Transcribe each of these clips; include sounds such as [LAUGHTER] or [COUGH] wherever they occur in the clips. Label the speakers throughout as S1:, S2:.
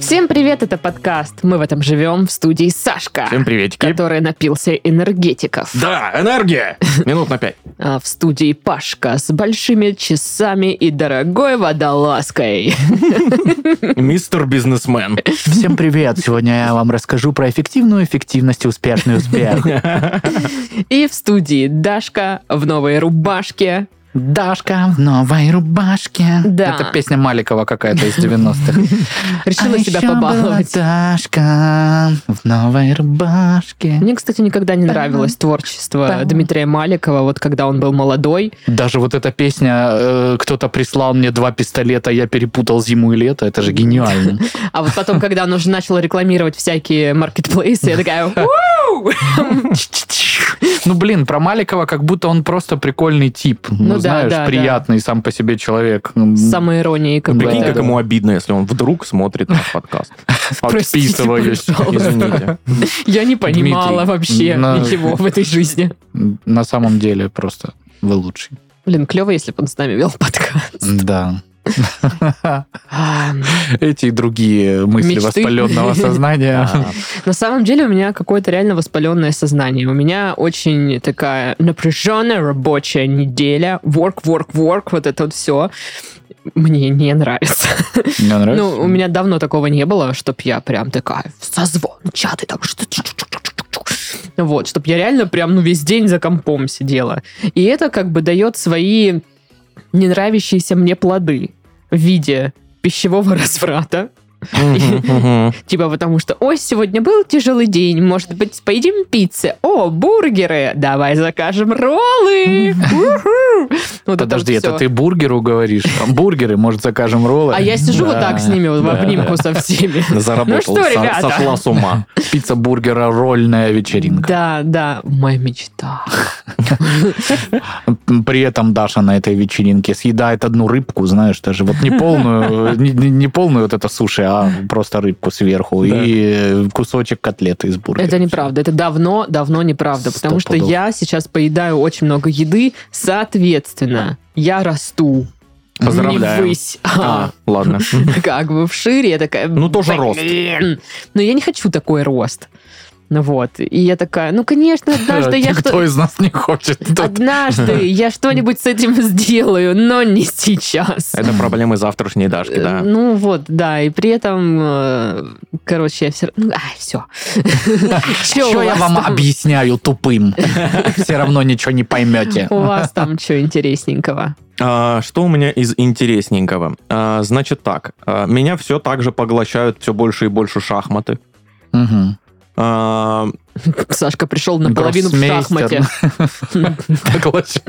S1: Всем привет, это подкаст. Мы в этом живем в студии Сашка,
S2: Всем приветики.
S1: который напился энергетиков.
S2: Да, энергия! Минут на пять.
S1: А в студии Пашка с большими часами и дорогой водолазкой. [LAUGHS]
S2: Мистер бизнесмен.
S3: Всем привет! Сегодня я вам расскажу про эффективную эффективность и успешный
S1: [LAUGHS]
S3: успех.
S1: И в студии Дашка в новой рубашке.
S3: Дашка в новой рубашке.
S1: Да.
S3: Это песня Маликова какая-то из 90-х.
S1: [LAUGHS] Решила
S3: А
S1: себя
S3: еще
S1: побаловать.
S3: была Дашка в новой рубашке.
S1: Мне, кстати, никогда не нравилось творчество
S3: Пам.
S1: Дмитрия Маликова, вот когда он был молодой.
S3: Даже вот эта песня э, «Кто-то прислал мне два пистолета, я перепутал зиму и лето». Это
S1: [LAUGHS]
S3: же гениально.
S1: А вот потом, когда он уже начал рекламировать всякие маркетплейсы, я
S2: [LAUGHS]
S1: такая, «Ууу!»
S3: Ну, блин, про Маликова как будто он просто прикольный тип.
S1: Ну да,
S3: Ну, знаешь,
S1: да, да.
S3: приятный сам по себе человек.
S1: с самой иронией
S2: Прикинь, как
S1: какой-то.
S2: ему обидно, если он вдруг смотрит наш
S1: [LAUGHS]
S2: подкаст.
S1: Простите,
S3: Подписываюсь.
S1: пожалуйста. [LAUGHS]
S2: Извините.
S1: Я не понимала
S3: Дмитрий,
S1: вообще
S3: на-
S1: ничего в этой жизни.
S3: На самом деле просто вы лучший.
S1: Блин, клево, если бы он с нами вел подкаст.
S3: Да.
S1: А,
S3: Эти и другие мысли
S1: Мечты. [LAUGHS]
S3: воспаленного сознания.
S2: А,
S1: На самом деле у меня какое-то реально воспаленное сознание. У меня очень такая напряженная рабочая неделя. Work, work, work, вот это вот все. Мне не нравится.
S3: Мне нравится.
S1: Ну, у меня давно такого не было, чтоб я прям такая в созвон, чаты там. что-то-чу-чу-чу-чу-чу. Вот, чтоб я реально прям, ну, весь день за компом сидела. И это как бы дает свои не нравящиеся мне плоды в виде пищевого [LAUGHS] разврата.
S2: мгм, мгм.
S1: Типа потому что, ой, сегодня был тяжелый день, может быть, поедим пиццы? О, бургеры! Давай закажем роллы! Уху! Вот это
S3: Подожди,
S1: вот
S3: это
S1: всё.
S3: ты бургеру говоришь? Там бургеры, может, закажем роллы?
S1: А я сижу вот
S3: Да.
S1: так с ними, вот в
S2: да,
S1: обнимку со всеми.
S2: Заработал.
S1: Ну что,
S2: со-
S1: ребята?
S2: Сошла с ума.
S3: Пицца бургера, рольная вечеринка.
S1: Да, да, моя мечта.
S3: При этом Даша на этой вечеринке съедает одну рыбку, знаешь, даже вот не полную, [LAUGHS] не, не- не полную вот это суши, а просто рыбку сверху
S2: Да.
S3: и кусочек котлеты из бургера.
S1: Это неправда, это давно, давно неправда,
S3: Сто
S1: потому что
S3: пудов.
S1: я сейчас поедаю очень много еды, соответственно, я расту.
S2: Поздравляю.
S1: Не высь,
S2: А,
S1: а
S2: ладно.
S1: [LAUGHS] как бы в шире, я такая...
S2: Ну, тоже рост.
S1: «Блин». Но я не хочу такой рост. Ну вот, и я такая, ну, конечно, однажды
S3: [LAUGHS]
S1: я А
S3: Никто
S1: что...
S3: из нас не хочет. Тут
S1: Однажды я что-нибудь с этим сделаю, но не сейчас.
S2: Это проблемы завтрашней Дашки,
S1: Э,
S2: да.
S1: Ну вот, да, и при этом, э, короче, я все... Ну, ай, все.
S3: Что я вам объясняю тупым? Все равно ничего не поймете.
S1: У вас там что интересненького?
S2: А, Что у меня из интересненького? А, Значит так, а, меня все так же поглощают все больше и больше шахматы.
S3: Мгм.
S2: А,
S1: Сашка пришел наполовину в
S3: Гроссмейстер.
S1: шахмате.
S3: Поглощаю.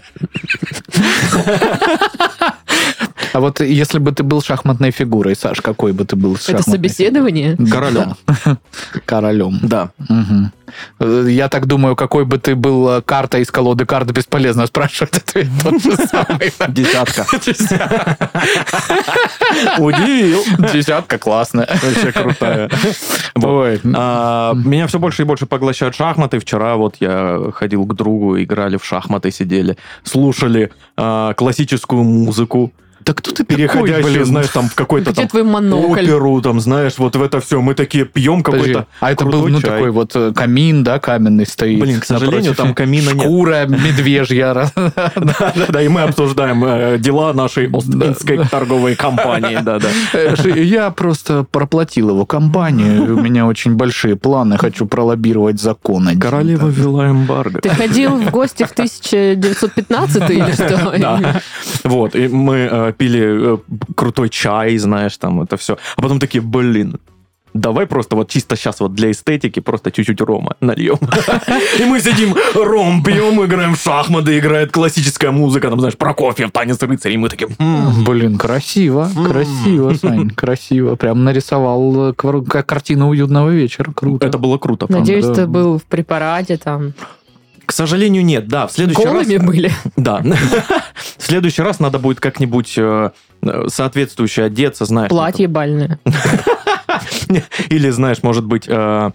S3: А вот если бы ты был шахматной фигурой, Саш, какой бы ты был
S1: Это
S3: шахматной
S1: собеседование?
S3: фигурой?
S2: Королем.
S3: Да. Королем.
S2: Да.
S3: Мгм. Э, Я так думаю, какой бы ты был э, карта из колоды карт, бесполезно спрашивать ответ тот же самый.
S1: [LAUGHS]
S2: Десятка. Удивил.
S3: Десятка классная.
S2: Вообще
S3: [LAUGHS]
S2: крутая.
S3: Ой,
S2: А, Меня все больше и больше поглощают шахматы. Вчера вот я ходил к другу, играли в шахматы, сидели, слушали а, классическую музыку,
S3: да кто ты такой,
S2: переходящую,
S3: блин?
S2: знаешь, там в какой-то
S1: Где
S2: там
S1: твой монокль?
S2: оперу, там, знаешь, вот в это все. Мы такие пьем
S3: Подожди,
S2: какой-то
S3: а это был
S2: крутой
S3: ну
S2: чай.
S3: такой вот э, камин, да, каменный стоит.
S2: Блин, к сожалению,
S3: напротив.
S2: там камина нет.
S3: шкура медвежья.
S2: [LAUGHS] Да-да-да, и мы обсуждаем э, дела нашей Остинской торговой компании,
S3: [LAUGHS]
S2: да-да.
S3: Я просто проплатил его компанию. У меня очень большие планы. Хочу пролоббировать законы.
S2: Королева ввела эмбарго.
S1: Ты ходил в гости в 1915 или
S3: [LAUGHS]
S1: что?
S2: Да. Вот, и мы э, пили э, крутой чай, знаешь, там это все. А потом такие, блин, давай просто вот чисто сейчас вот для эстетики просто чуть-чуть рома нальем. [LAUGHS] И мы сидим, ром пьем, играем в шахматы, играет классическая музыка, там, знаешь, Прокофьев, танец рыцарей. И мы такие, «М,
S3: Блин, красиво, красиво, Сань, красиво. Прям нарисовал э, квар- к- картину уютного вечера. Круто.
S2: это было круто. правда.
S1: Надеюсь,
S3: да.
S1: ты был в препарате там.
S2: К сожалению, нет, да, в следующий раз...
S1: Голыми были.
S2: Да. [LAUGHS] В следующий раз надо будет как-нибудь э, э, соответствующе одеться, знаешь.
S1: Платье бальное.
S2: [LAUGHS] Или, знаешь, может быть, э,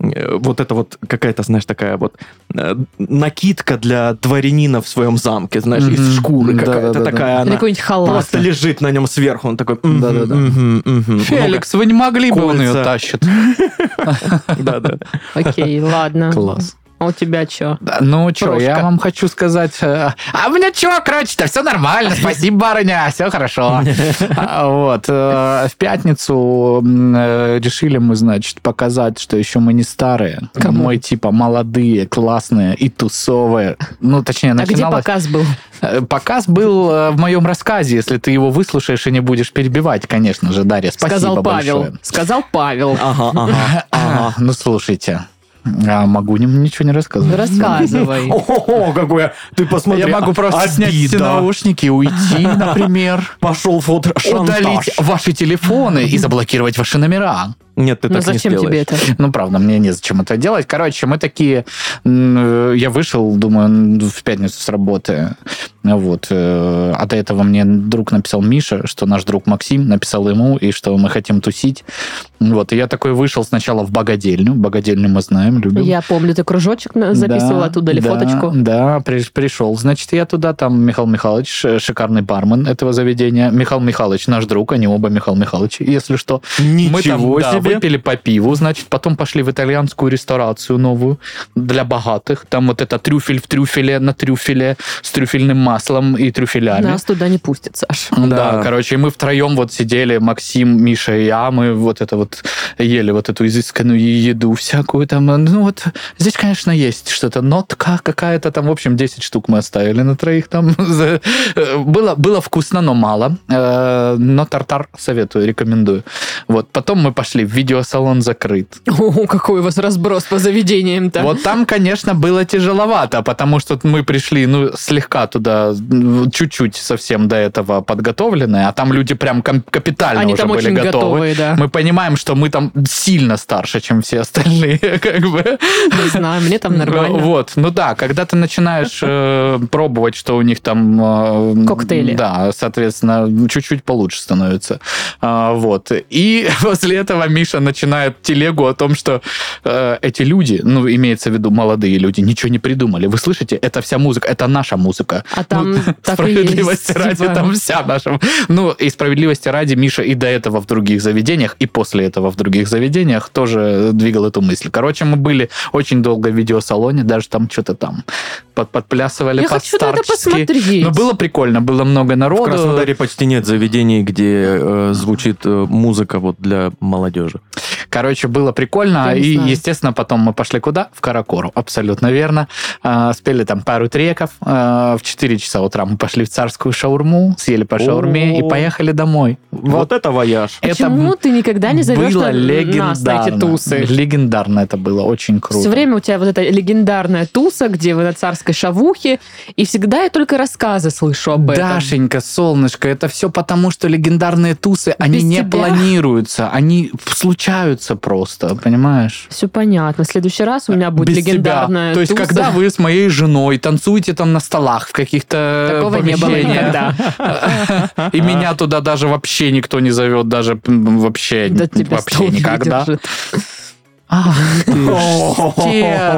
S2: э, вот это вот какая-то, знаешь, такая вот э, накидка для дворянина в своем замке, знаешь, из
S3: Мгм.
S2: шкуры
S3: Да,
S2: какая-то
S3: да, да,
S2: такая
S3: да.
S1: Или
S2: она.
S1: какой-нибудь халат.
S2: Просто лежит на нем сверху, он такой... «Мгм,
S3: Да-да-да.
S2: мгм,
S3: [LAUGHS]
S2: мгм».
S3: Феликс, вы не могли бы, он ее
S2: Кольца.
S3: тащит.
S2: Ну-ка, Да-да. [LAUGHS]
S1: Окей, ладно.
S3: Класс.
S1: А у тебя что?
S3: Да, Ну что,
S1: Крошка.
S3: я вам хочу сказать... э, А у меня чего, короче-то,
S1: [LAUGHS]
S3: все нормально, спасибо, барыня, все хорошо. А, Вот. э, В пятницу м, э, решили мы, значит, показать, что еще мы не старые.
S1: Кому?
S3: Мы, типа, молодые, классные и тусовые. Ну, точнее,
S1: А где
S3: начиналось...
S1: показ был?
S3: Э, Показ был э, в моем рассказе, если ты его выслушаешь и не будешь перебивать, конечно же, Дарья. Спасибо
S1: Сказал Павел.
S3: большое.
S1: Сказал Павел.
S2: Ага, ага.
S3: А, ну, слушайте, а могу ним ничего не
S1: Ну,
S2: [LAUGHS]
S3: рассказывать.
S1: Рассказывай.
S2: О, какое! Ты посмотри,
S3: Я могу
S2: а-
S3: просто снять все
S2: обида.
S3: наушники, [LAUGHS] уйти, например.
S2: Пошел вот шантаж.
S3: Удалить ваши телефоны и заблокировать ваши номера.
S2: Нет, ты
S1: Ну
S2: так не
S1: зачем тебе
S2: сделаешь.
S1: это?
S3: Ну, правда, мне незачем это делать. Короче, мы такие... м, э, Я вышел, думаю, м, в пятницу с работы. Вот. э, А до этого мне друг написал Миша, что наш друг Максим написал ему, и что мы хотим тусить. Вот. И я такой вышел сначала в богадельню. Богадельню мы знаем, любим.
S1: Я помню, ты кружочек на- записывал
S3: Да,
S1: оттуда или
S3: да,
S1: фоточку.
S3: Да, приш- пришел. Значит, я туда, там Михаил Михайлович, ш- шикарный бармен этого заведения. Михаил Михайлович, наш друг, они оба Михаил Михайлович, если что. Мы там
S2: Ничего
S3: да,
S2: себе!
S3: выпили по пиву, значит, потом пошли в итальянскую ресторацию новую для богатых. Там вот это трюфель в трюфеле, на трюфеле, с трюфельным маслом и трюфелями.
S1: Нас туда не пустят,
S2: [LAUGHS]
S1: Саш.
S3: Ну Да,
S2: Да.
S3: короче, и мы втроем вот сидели, Максим, Миша и я, мы вот это вот ели вот эту изысканную еду всякую там. Ну вот здесь, конечно, есть что-то, нотка какая-то там, в общем, 10 штук мы оставили на троих там. [LAUGHS] За- э, Было, было вкусно, но мало. Э, Но тартар советую, рекомендую. Вот, потом мы пошли в видеосалон закрыт.
S1: О, какой у вас разброс по заведениям-то.
S3: Вот там, конечно, было тяжеловато, потому что мы пришли, ну, слегка туда, м, чуть-чуть совсем до этого подготовленные, а там люди прям ком- капитально
S1: Они
S3: уже
S1: там
S3: были
S1: очень
S3: готовы.
S1: готовые, да.
S3: Мы понимаем, что мы там сильно старше, чем все остальные, [LAUGHS] как бы.
S1: Не знаю, мне там
S3: Ну,
S1: нормально.
S3: Вот, ну да, когда ты начинаешь э, пробовать, что у них там... э,
S1: Коктейли.
S3: Да, соответственно, ну, чуть-чуть получше становится. А, вот. И [LAUGHS] после этого Миша начинает телегу о том, что э, эти люди, ну, имеется в виду молодые люди, ничего не придумали. Вы слышите? Это вся музыка, это наша музыка.
S1: А там так и
S3: Ну, Справедливости
S1: есть.
S3: ради,
S1: типа.
S3: там вся наша... Ну, и справедливости ради Миша и до этого в других заведениях, и после этого в других заведениях тоже двигал эту мысль. Короче, мы были очень долго в видеосалоне, даже там что-то там под- подплясывали
S1: Я
S3: под
S1: хочу на это
S3: старчески.
S1: посмотреть.
S3: Но Ну, было прикольно, было много
S2: В
S3: народу.
S2: Краснодаре почти нет заведений, где э, звучит э, музыка вот для молодежи.
S3: Короче, было
S1: Я
S3: прикольно.
S1: не
S3: И,
S1: знаю.
S3: естественно, потом мы пошли куда? В Каракору. Абсолютно верно. А, спели там пару треков. А, в 4 часа утра мы пошли в царскую шаурму, съели по шаурме
S2: О.
S3: и поехали домой.
S2: Вот, это вояж.
S3: это
S1: Почему ты никогда не зовешь
S3: было
S1: на- нас на эти
S3: легендарно.
S1: тусы?
S3: Легендарно это было, очень круто.
S1: Все время у тебя вот эта легендарная туса, где вы на царской шавухе, и всегда я только рассказы слышу об этом.
S3: Дашенька, солнышко, это все потому, что легендарные тусы, они
S1: Без
S3: не
S1: тебя.
S3: планируются, они случаются просто, понимаешь?
S1: Все понятно. В следующий раз у меня будет
S3: Э, Без тебя.
S1: легендарная
S3: То есть,
S1: туса.
S3: когда вы с моей женой танцуете там на столах в каких-то
S1: Такого не было
S3: помещениях,
S1: никогда.
S3: [LAUGHS] И меня туда даже вообще никто не зовет, даже м, вообще,
S1: Да тебя стол
S3: вообще
S1: не
S3: никогда.
S1: выдержит.
S3: Ах ты ж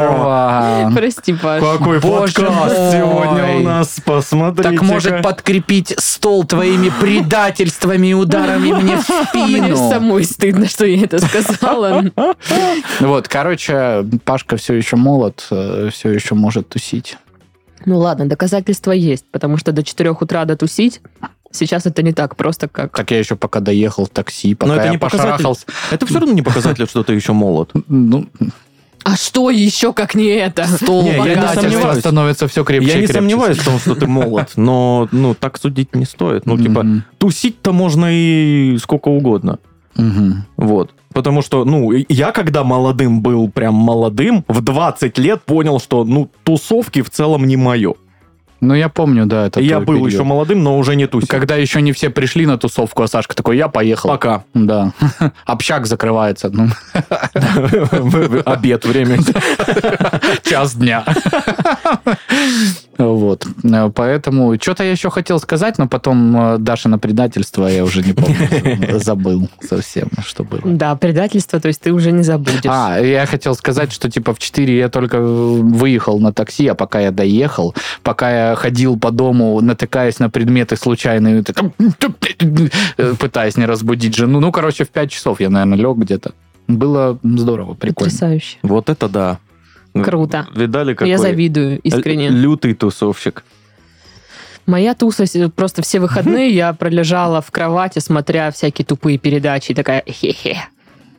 S3: стерва.
S1: Прости, Паш.
S2: Какой
S3: Боже
S2: подкаст
S3: мой.
S2: сегодня у нас, посмотрите.
S3: Так может подкрепить стол твоими предательствами и
S2: [LAUGHS]
S3: ударами мне в
S1: [LAUGHS] Мне
S3: спину.
S1: самой стыдно, что я это сказала.
S3: Вот, короче, Пашка все еще молод, все еще может тусить.
S1: Ну ладно, доказательства есть, потому что до 4 утра дотусить, сейчас это не так просто, как...
S3: Так я еще пока доехал в такси, пока
S2: это
S3: я
S2: не показатель.
S3: пошарахался.
S2: Это все равно не показатель, что ты еще молод.
S3: Ну,
S1: А что еще, как не это?
S3: стол
S2: Не, я не
S3: предательства
S2: сомневаюсь.
S3: становится все крепче
S2: Я
S3: и
S2: не
S3: крепче.
S2: сомневаюсь в том, что ты молод, но ну так судить не стоит. Ну, типа,
S3: Мгм.
S2: тусить-то можно и сколько угодно.
S3: Мгм.
S2: Вот. Потому что, ну, я когда молодым был, прям молодым, в 20 лет понял, что, ну, тусовки в целом не мое.
S3: Ну, я помню, да, это
S2: я
S3: твой
S2: был
S3: период.
S2: еще молодым, но уже не тусил.
S3: Когда еще не все пришли на тусовку, а Сашка такой, я поехал.
S2: Пока. [LAUGHS]
S3: Да. [LAUGHS] Общак закрывается. Ну,
S2: Обед, время.
S3: час дня. Вот. [LAUGHS] Вот. Э, Поэтому что-то я еще хотел сказать, но потом э, Даша на предательство я уже не помню. Забыл совсем, что было.
S1: Да, предательство, то есть ты уже не забудешь.
S3: А, я хотел сказать, что типа в 4 я только э, выехал на такси, а пока я доехал, пока я ходил по дому, натыкаясь на предметы случайные, так, э, пытаясь не разбудить жену. Ну, короче, в 5 часов я, наверное, лег где-то. Было здорово, прикольно.
S1: Потрясающе.
S2: Вот это да.
S1: Круто.
S2: Видали, какой?
S1: Я завидую
S2: Л-
S1: искренне.
S2: Лютый тусовщик.
S1: Моя туса с- просто все выходные я пролежала в кровати, смотря всякие тупые передачи, и такая хе-хе.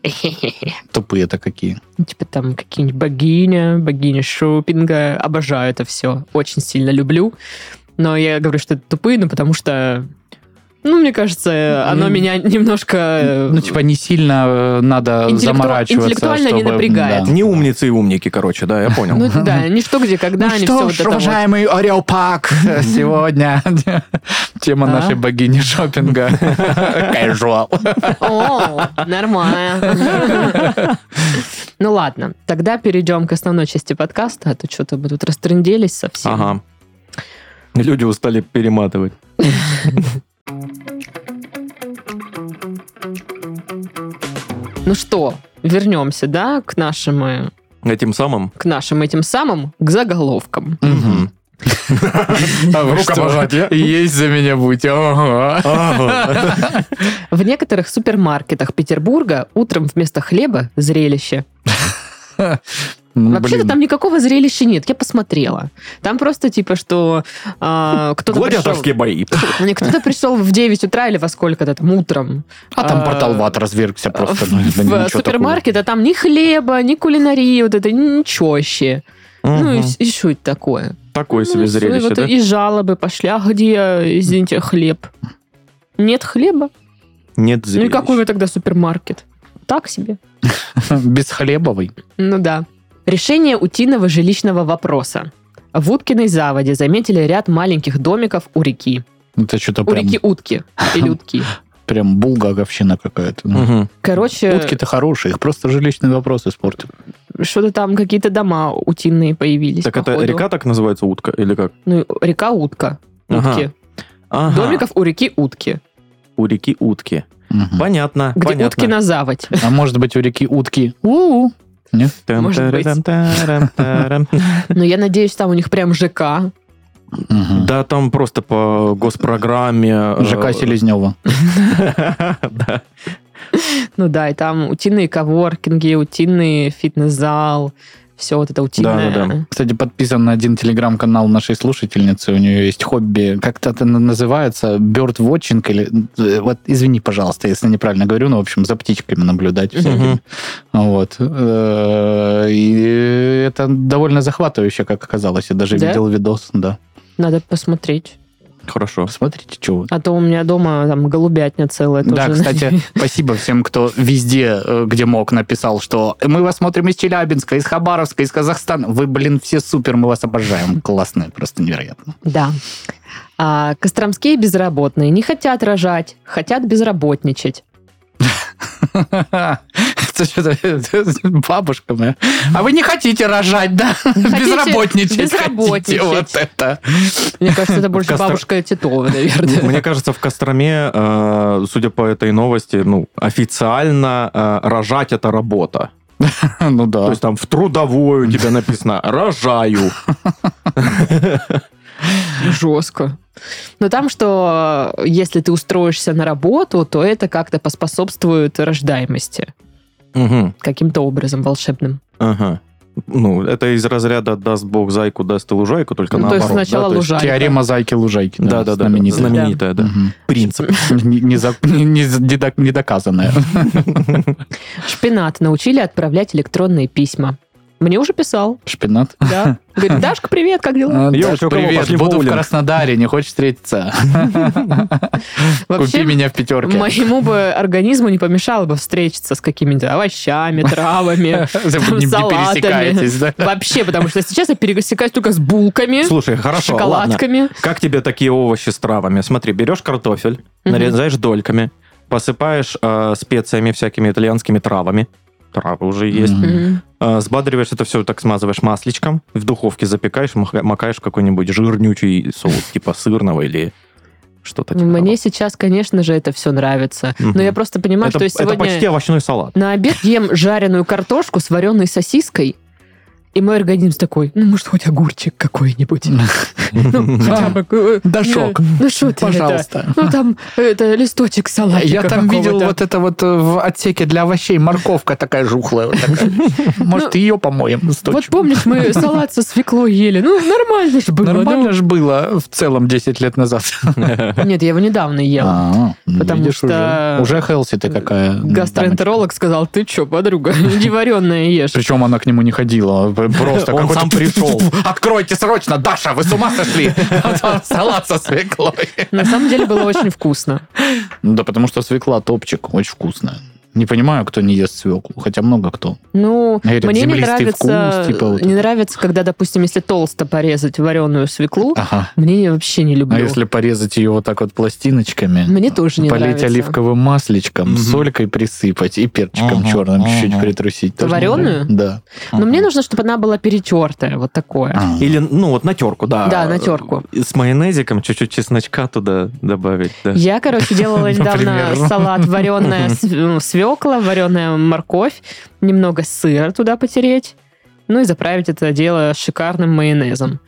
S1: Эхе-хе-хе».
S3: Тупые-то какие.
S1: Ну, Типа там какие-нибудь богиня, богиня шопинга. Обожаю это все. Очень сильно люблю. Но я говорю, что это тупые, ну потому что, ну, мне кажется, оно
S3: М.
S1: меня немножко...
S3: Ну, типа, не сильно э, надо
S1: Интеллекту-
S3: заморачиваться.
S1: интеллектуально не
S3: чтобы,
S1: напрягает.
S3: да.
S2: Не умницы и умники, короче, да, я понял.
S1: Ну, да, не что где, когда,
S3: типа. ну
S1: они
S3: что
S1: все
S3: ж, уважаемый Орел [LAUGHS] Пак, э, сегодня [LAUGHS] тема
S1: А?
S3: нашей богини [LAUGHS] шопинга. Casual.
S1: О, нормально.
S3: [LAUGHS]
S1: Ну ладно, тогда перейдем к основной части подкаста, а то что-то мы тут растрынделись совсем.
S2: Ага. Люди устали перематывать.
S1: Ну что, вернемся, да, к нашим, э,
S2: А тем самым...
S1: к нашим этим самым, к заголовкам.
S2: Мгм.
S3: Рукопожатие. [LAUGHS] Есть за меня будь. Ага.
S2: [LAUGHS] Ага.
S1: В некоторых супермаркетах Петербурга утром вместо хлеба зрелище.
S3: Ну,
S1: Вообще-то
S3: блин.
S1: там никакого зрелища нет, я посмотрела. Там просто типа, что а, кто-то пришел...
S2: Гладиаторские бои.
S1: Не, Кто-то пришел в 9 утра или во сколько-то там утром.
S3: А там
S1: а,
S3: портал ват развергся просто. ну,
S1: [LAUGHS] в
S3: это ничего
S1: в
S3: такого.
S1: супермаркет, а там ни хлеба, ни кулинарии, вот это ничего вообще. Ну и,
S2: Мгм.
S1: с- и что это такое?
S2: Такое
S1: Ну,
S2: себе
S1: и всё, и
S2: зрелище,
S1: вот
S2: да?
S1: И жалобы пошли, а где, извините, хлеб? Нет хлеба?
S2: Нет
S1: Ну и
S2: зрелищ.
S1: какой вы тогда супермаркет? Так себе.
S3: [LAUGHS] Бесхлебовый.
S1: Ну да. Решение утиного жилищного вопроса. В Уткиной заводе заметили ряд маленьких домиков у реки.
S3: Это что-то
S2: Ну,
S1: У
S3: прям,
S1: реки Утки. Или
S2: [LAUGHS]
S1: Утки.
S3: прям булгаговщина какая-то. Ну,
S2: Мгм.
S1: Короче,
S3: Утки-то хорошие, их просто жилищные вопросы испортят.
S1: что-то там какие-то дома утиные появились.
S2: Так это
S1: походу.
S2: река так называется, утка? Или как?
S1: Ну, река Утка.
S2: Ага.
S1: Утки.
S2: Ага.
S1: Домиков у реки Утки.
S2: У реки утки.
S3: Мгм.
S2: Понятно,
S1: Где
S2: понятно.
S1: утки на [LAUGHS] заводь.
S3: А может быть, у реки утки? У-у.
S2: Там,
S1: Может
S2: тарам,
S1: быть.
S2: тарам, тарам.
S1: Но Ну, я надеюсь, там у них прям ЖК.
S3: Мгм.
S2: Да, там просто по госпрограмме... э,
S3: ЖК Селезнева.
S2: [LAUGHS] Да.
S1: Ну да, и там утиные коворкинги, утиный фитнес-зал. Все вот это утиное.
S2: Да-да-да.
S3: Кстати, подписан на один телеграм-канал нашей слушательницы. У нее есть хобби. Как-то это на- называется bird watching или... э, Вот извини, пожалуйста, если неправильно говорю, но, в общем, за птичками наблюдать. всякими.
S2: Мгм.
S3: Вот. Э, И это довольно захватывающе, как оказалось. Я даже
S1: Да?
S3: видел видос, да.
S1: Надо посмотреть.
S2: Хорошо.
S3: Посмотрите, что вы.
S1: А то у меня дома там голубятня целая.
S3: Да,
S1: тоже.
S2: [LAUGHS]
S3: кстати, спасибо всем, кто везде, э, где мог, написал, что мы вас смотрим из Челябинска, из Хабаровска, из Казахстана. Вы, блин, все супер, мы вас обожаем. Классные, просто невероятно.
S1: [LAUGHS] Да. А, костромские безработные не хотят рожать, хотят безработничать.
S3: [LAUGHS] Это что-то [LAUGHS] бабушка моя. А вы не хотите рожать, да?
S1: Хотите
S3: Безработничать.
S1: безработничать.
S3: хотите. Вот это.
S1: Мне кажется, это больше
S2: Костро-
S1: бабушка Титова, [LAUGHS] наверное.
S2: Ну, Мне кажется, в Костроме, э, судя по этой новости, ну, официально э, рожать это работа.
S3: Ну
S2: То
S3: да.
S2: есть там в трудовую у тебя написано
S1: [LAUGHS]
S2: «рожаю».
S1: Жестко. Но там, что э, если ты устроишься на работу, то это как-то поспособствует рождаемости
S2: Мгм.
S1: каким-то образом волшебным.
S2: Ага. Ну, это из разряда «даст бог зайку, даст и лужайку», только
S1: Ну, то есть
S2: наоборот. да,
S1: сначала
S2: то есть-
S1: лужайка.
S3: Теорема Зайки-Лужайки.
S2: Да-да-да,
S3: знаменитая.
S2: знаменитая, да.
S3: Мгм.
S2: Принцип.
S3: [LAUGHS] Не- не за- не- не за- не док- Недоказанная.
S1: Шпинат научили отправлять электронные письма. Мне уже писал,
S3: [LAUGHS] Шпинат.
S1: да. Говорит, Дашка, привет, как дела?
S3: А,
S2: Ёлки,
S3: Даш,
S2: у кого
S3: привет,
S2: пошли в
S3: буду в
S2: боулинг?
S3: Краснодаре, не хочешь встретиться? Купи
S1: Вообще,
S3: меня в пятерке.
S1: моему бы организму не помешало бы встретиться с какими-то
S2: [LAUGHS]
S1: овощами, травами.
S3: [LAUGHS] Вы не- не
S1: салатами.
S3: пересекаетесь, да?
S1: Вообще, потому что сейчас я пересекаюсь только с булками,
S2: Слушай, хорошо, ладно.
S1: шоколадками.
S2: Как тебе такие овощи с травами? Смотри, берешь картофель,
S1: Мгм.
S2: нарезаешь дольками, посыпаешь э, специями всякими итальянскими травами, травы уже есть.
S3: Мгм.
S1: Мгм.
S2: А, Сбадриваешь это все, так смазываешь масличком, в духовке запекаешь, мака- макаешь в какой-нибудь жирнючий соус, [LAUGHS] типа сырного или что-то типа
S1: Мне сейчас, конечно же, это все нравится.
S2: Мгм.
S1: Но я просто
S2: того.
S1: понимаю,
S2: это,
S1: что я
S2: это
S1: сегодня
S2: почти овощной салат.
S1: на обед ем жареную картошку с вареной сосиской, и мой организм такой, ну, может, хоть огурчик какой-нибудь. [LAUGHS] Ну, хотя бы... э,
S3: Дашок.
S1: э, Ну, что ты, это?
S3: Пожалуйста.
S1: Ну, там, это, листочек салатика
S3: Я там видел
S1: какого-то.
S3: вот это вот э, в отсеке для овощей морковка такая жухлая. вот
S1: [LAUGHS]
S3: такая. Может, ее помоем? с
S1: Ну, Вот
S3: дочкой?
S1: помнишь,
S3: [LAUGHS]
S1: мы салат со свеклой ели? Ну, нормально же было.
S3: Нормально же было в целом 10 лет назад.
S1: ну. Нет, [LAUGHS] я его недавно ела.
S3: А,
S1: [LAUGHS]
S3: ну,
S1: Потому
S3: видишь,
S1: что- э,
S3: Уже уже хелси ты какая.
S1: Гастроэнтеролог сказал, ты чё, подруга, [LAUGHS] невареное ешь.
S3: Причем она к нему не ходила, а [LAUGHS] просто
S2: Он
S3: какой-то
S2: сам пришел.
S3: Откройте срочно, Даша, вы с ума
S1: [LAUGHS]
S3: сошли? [LAUGHS] А там Салат со свеклой.
S1: На самом деле было очень вкусно.
S3: Ну Да потому что свекла топчик, очень вкусная. Не понимаю, кто не ест свеклу, хотя много кто.
S1: Ну,
S3: А Я говорю,
S1: мне не
S3: землистый
S1: нравится,
S3: вкус, типа вот
S1: не
S3: это.
S1: нравится, когда, допустим, если толсто порезать вареную свеклу,
S3: Ага.
S1: мне я вообще не люблю.
S3: А если порезать ее вот так вот пластиночками,
S1: Мне тоже не
S3: полить
S1: нравится.
S3: оливковым масличком,
S2: Мгм.
S3: солькой присыпать и перчиком
S2: Ага,
S3: черным чуть-чуть
S2: ага.
S3: притрусить.
S1: Это
S3: Тоже не
S1: вареную?
S3: нравится. Да.
S1: Но мне нужно, чтобы она была перетертая, вот такое.
S3: А.
S2: Или, ну, вот на терку, да.
S1: Да, на терку.
S2: И С майонезиком чуть-чуть чесночка туда добавить, да.
S1: Я, короче,
S3: [LAUGHS]
S1: делала недавно
S3: Например.
S1: салат вареная
S3: [LAUGHS]
S1: ну, свекла, вареная морковь, немного сыра туда потереть, ну и заправить это дело шикарным майонезом.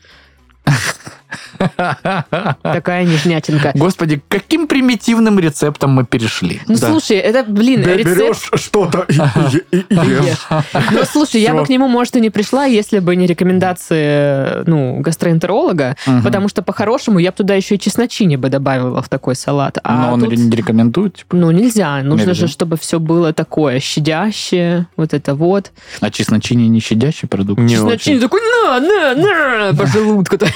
S1: Такая нежнятинка.
S3: Господи, каким примитивным рецептом мы перешли?
S1: Ну,
S2: Да.
S1: слушай, это, блин,
S2: Да,
S1: рецепт
S2: что-то и, и- и- и
S1: [LAUGHS]
S2: ешь.
S1: ешь.
S3: [LAUGHS]
S1: Ну, слушай, я
S2: Всё.
S1: бы к нему, может, и не пришла, если бы не рекомендации, э, ну, гастроэнтеролога,
S3: Мгм.
S1: потому что, по-хорошему, я бы туда еще и чесночине бы добавила в такой салат. А
S3: Но он
S1: тут-
S3: не рекомендует, типа.
S1: Ну, нельзя. Нужно же,
S3: Нельзя.
S1: чтобы все было такое щадящее, вот это вот.
S3: А чесночине не щадящий продукт?
S2: Не
S1: Чесночине такой, на, на, на, по желудку. [LAUGHS]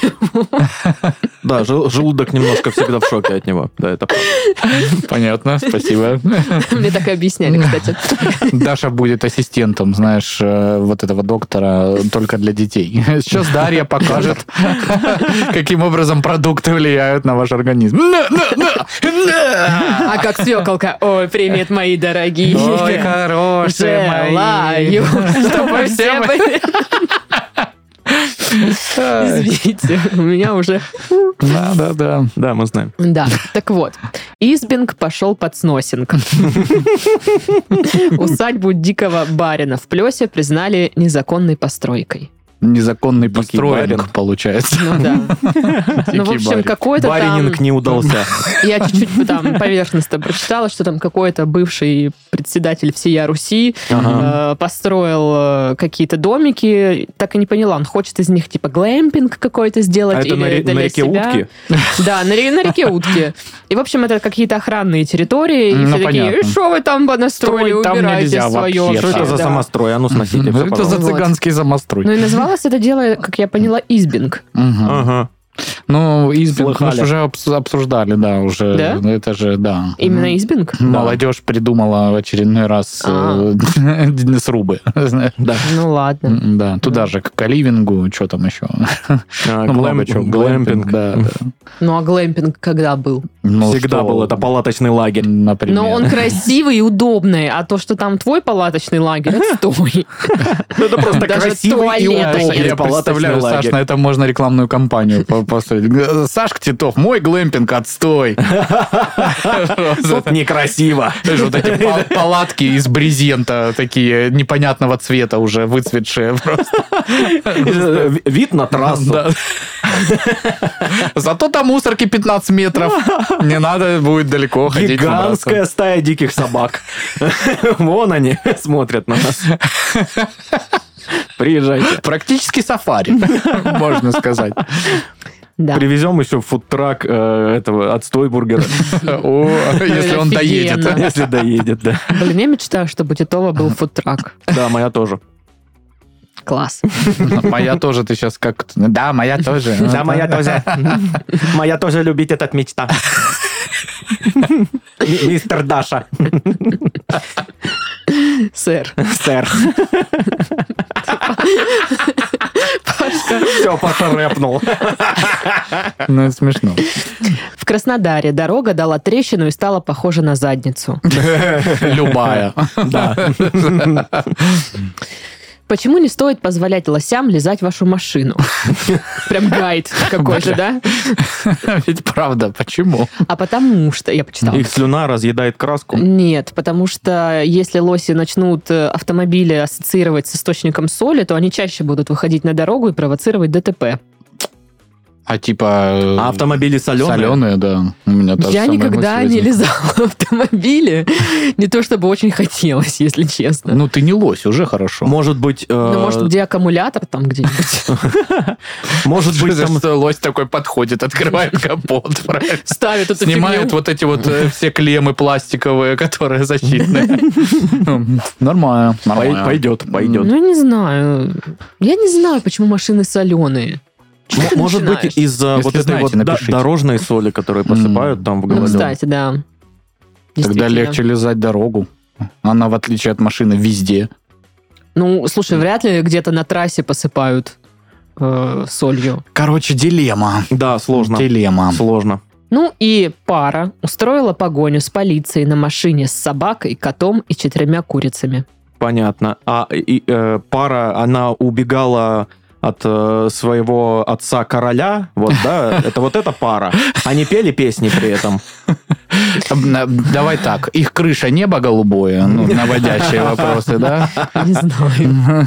S2: Да, жел- желудок немножко всегда в шоке от него. Да, это правда.
S3: Понятно, [LAUGHS] спасибо.
S1: Мне так и объясняли, кстати.
S3: Даша будет ассистентом, знаешь, э, вот этого доктора только для детей. Сейчас Дарья покажет, каким образом продукты влияют на ваш организм. На, на, на, на.
S1: А как свеколка. Ой, привет, мои дорогие.
S3: Ой, хорошие мои.
S1: Желаю, [LAUGHS]
S3: [LAUGHS]
S1: чтобы все были... Извините, у меня уже...
S3: Э, Да, да, да.
S2: Да, мы знаем.
S1: Да, так вот. Избинг пошел под
S3: [LAUGHS]
S1: сносинг. Усадьбу дикого барина в Плесе признали незаконной постройкой.
S3: Незаконный
S2: Дикий барин.
S3: построек, получается.
S1: Ну да. Ну, в
S3: Дикий
S1: общем,
S3: барин.
S1: какой-то там...
S2: Барининг не удался.
S1: Я чуть-чуть там поверхностно прочитала, что там какой-то бывший председатель всея Руси
S2: Ага.
S1: э, построил э, какие-то домики. Так и не поняла, он хочет из них типа глэмпинг какой-то сделать
S2: А это
S1: или
S2: на ре-
S1: для
S2: на реке
S1: себя.
S2: утки?
S1: Да, на, ре- на реке утки. И, в в общем, это какие-то охранные территории. И
S3: Ну,
S1: все такие,
S3: понятно.
S1: что вы там настроили,
S3: Строй там
S1: убирайте
S3: нельзя
S1: свое.
S3: вообще,
S2: Что это
S3: да.
S2: за
S1: Да.
S2: самострой? А ну, сносите. всё,
S3: Это за
S2: пожалуйста.
S1: Вот.
S3: цыганский замострой.
S1: Ну и называлось это дело, как я поняла, избинг.
S3: Мгм.
S2: Ага.
S3: Ну, избинг мы
S2: А. Слыхали.
S3: ж уже обс- обсуждали, да, уже.
S1: Да?
S3: Ну, Это же, да.
S1: Именно избинг?
S3: М, Молодежь придумала в очередной раз э, [LAUGHS] срубы. знаешь.
S2: А. Да.
S1: Ну ладно.
S3: М, Да, туда же, к каливингу, что там еще? [LAUGHS]
S2: А,
S3: Ну, много
S2: глэм-
S3: чего.
S2: Глэмпинг.
S3: да, да.
S1: Ну а глэмпинг когда был?
S3: Ну,
S2: Всегда
S3: что,
S2: был. Это палаточный лагерь.
S3: Например.
S1: Но
S2: [LAUGHS]
S1: он красивый и удобный, а то, что там твой палаточный лагерь,
S2: [LAUGHS]
S1: отстой.
S2: Ну, Это просто
S1: Даже
S2: красивый и
S1: туалет
S2: удобный
S1: нет.
S2: палаточный
S3: Я представляю, Саш, на
S2: лагерь.
S3: это можно рекламную кампанию по- построить. Г- Сашка Титов, мой глэмпинг,
S2: [LAUGHS]
S3: отстой.
S2: Тут некрасиво.
S3: Знаешь, вот эти пал- палатки из брезента, такие непонятного цвета уже, выцветшие просто.
S2: Э, ви- [LAUGHS] Вид на трассу.
S3: Да. [LAUGHS] Зато там мусорки 15 метров. Не надо будет далеко ходить.
S2: Гигантская стая диких собак. [LAUGHS] Вон они [LAUGHS] смотрят на нас. Приезжайте.
S3: собраться. Практически сафари, [LAUGHS] можно сказать.
S1: Да.
S2: Привезем еще фудтрак э, этого отстой бургера,
S3: О, если он доедет.
S1: Офигенно.
S2: [LAUGHS] если доедет, да.
S1: Блин, я мечтаю, чтобы у Титова был фудтрак.
S2: Да, моя тоже. [LAUGHS]
S1: Класс.
S3: Моя тоже, ты сейчас как... Да, моя тоже.
S2: [LAUGHS] тоже. Моя тоже любит этот [LAUGHS] мечта. Мистер Даша,
S1: Сэр.
S2: сэр.
S1: Пашка.
S2: Все, поторепнул.
S3: Ну, это ну, смешно.
S1: В Краснодаре дорога дала трещину и стала похожа на задницу.
S3: Любая.
S2: Да.
S1: Почему не стоит позволять лосям лизать вашу
S2: [LAUGHS]
S1: машину? Прям гайд какой-то, да?
S3: Ведь правда, почему?
S1: А потому что... Я почитала.
S2: Их слюна разъедает краску.
S1: Нет, потому что если лоси начнут э, автомобили ассоциировать с источником соли, то они чаще будут выходить на дорогу и провоцировать ДТП.
S3: А типа... э,
S2: А автомобили соленые?
S3: Соленые, да. У меня та же
S1: Я
S3: самая
S1: никогда
S3: мысль
S1: не
S3: возникла.
S1: лизала [LAUGHS] в автомобиле. Не то чтобы очень хотелось, если честно.
S3: Ну, ты не лось, уже хорошо.
S2: Может быть, э,
S3: А,
S1: Ну, может, где аккумулятор там где-нибудь? [LAUGHS]
S2: может быть,
S3: Что
S2: там
S3: за [LAUGHS] лось такой подходит, открывает капот, [LAUGHS] правильно?
S1: Ставит эту
S3: Снимает
S1: фигню.
S3: вот эти вот э, все клеммы пластиковые, [LAUGHS] которые [LAUGHS] защитные. Ну, Нормально,
S2: пой-
S3: нормально.
S2: пойдет, пойдет.
S1: Ну, я не знаю. Я не знаю, почему машины соленые. Чего
S2: М-
S1: ты
S2: Может быть,
S1: начинаешь?
S2: из-за
S3: Если
S2: вот этой
S3: знаете,
S2: вот да-
S3: напишите.
S2: дорожной соли, которую посыпают там в
S1: Ну,
S2: голове.
S1: кстати, да.
S3: Тогда
S1: Действительно.
S3: легче лизать дорогу. Она, в отличие от машины, везде.
S1: Ну, слушай, вряд ли где-то на трассе посыпают э, солью.
S3: Короче, дилемма.
S2: Да, сложно.
S3: Дилемма.
S2: Сложно.
S1: Ну и пара устроила погоню с полицией на машине с собакой, котом и четырьмя
S2: [LAUGHS]
S1: курицами.
S2: Понятно. А и, э, пара, она убегала от э, своего отца короля, вот,
S1: [LAUGHS]
S2: да, это вот эта пара. Они пели песни при этом.
S3: На- Давай так, их крыша небо голубое, ну, [LAUGHS] наводящие вопросы, да?
S1: Не знаю.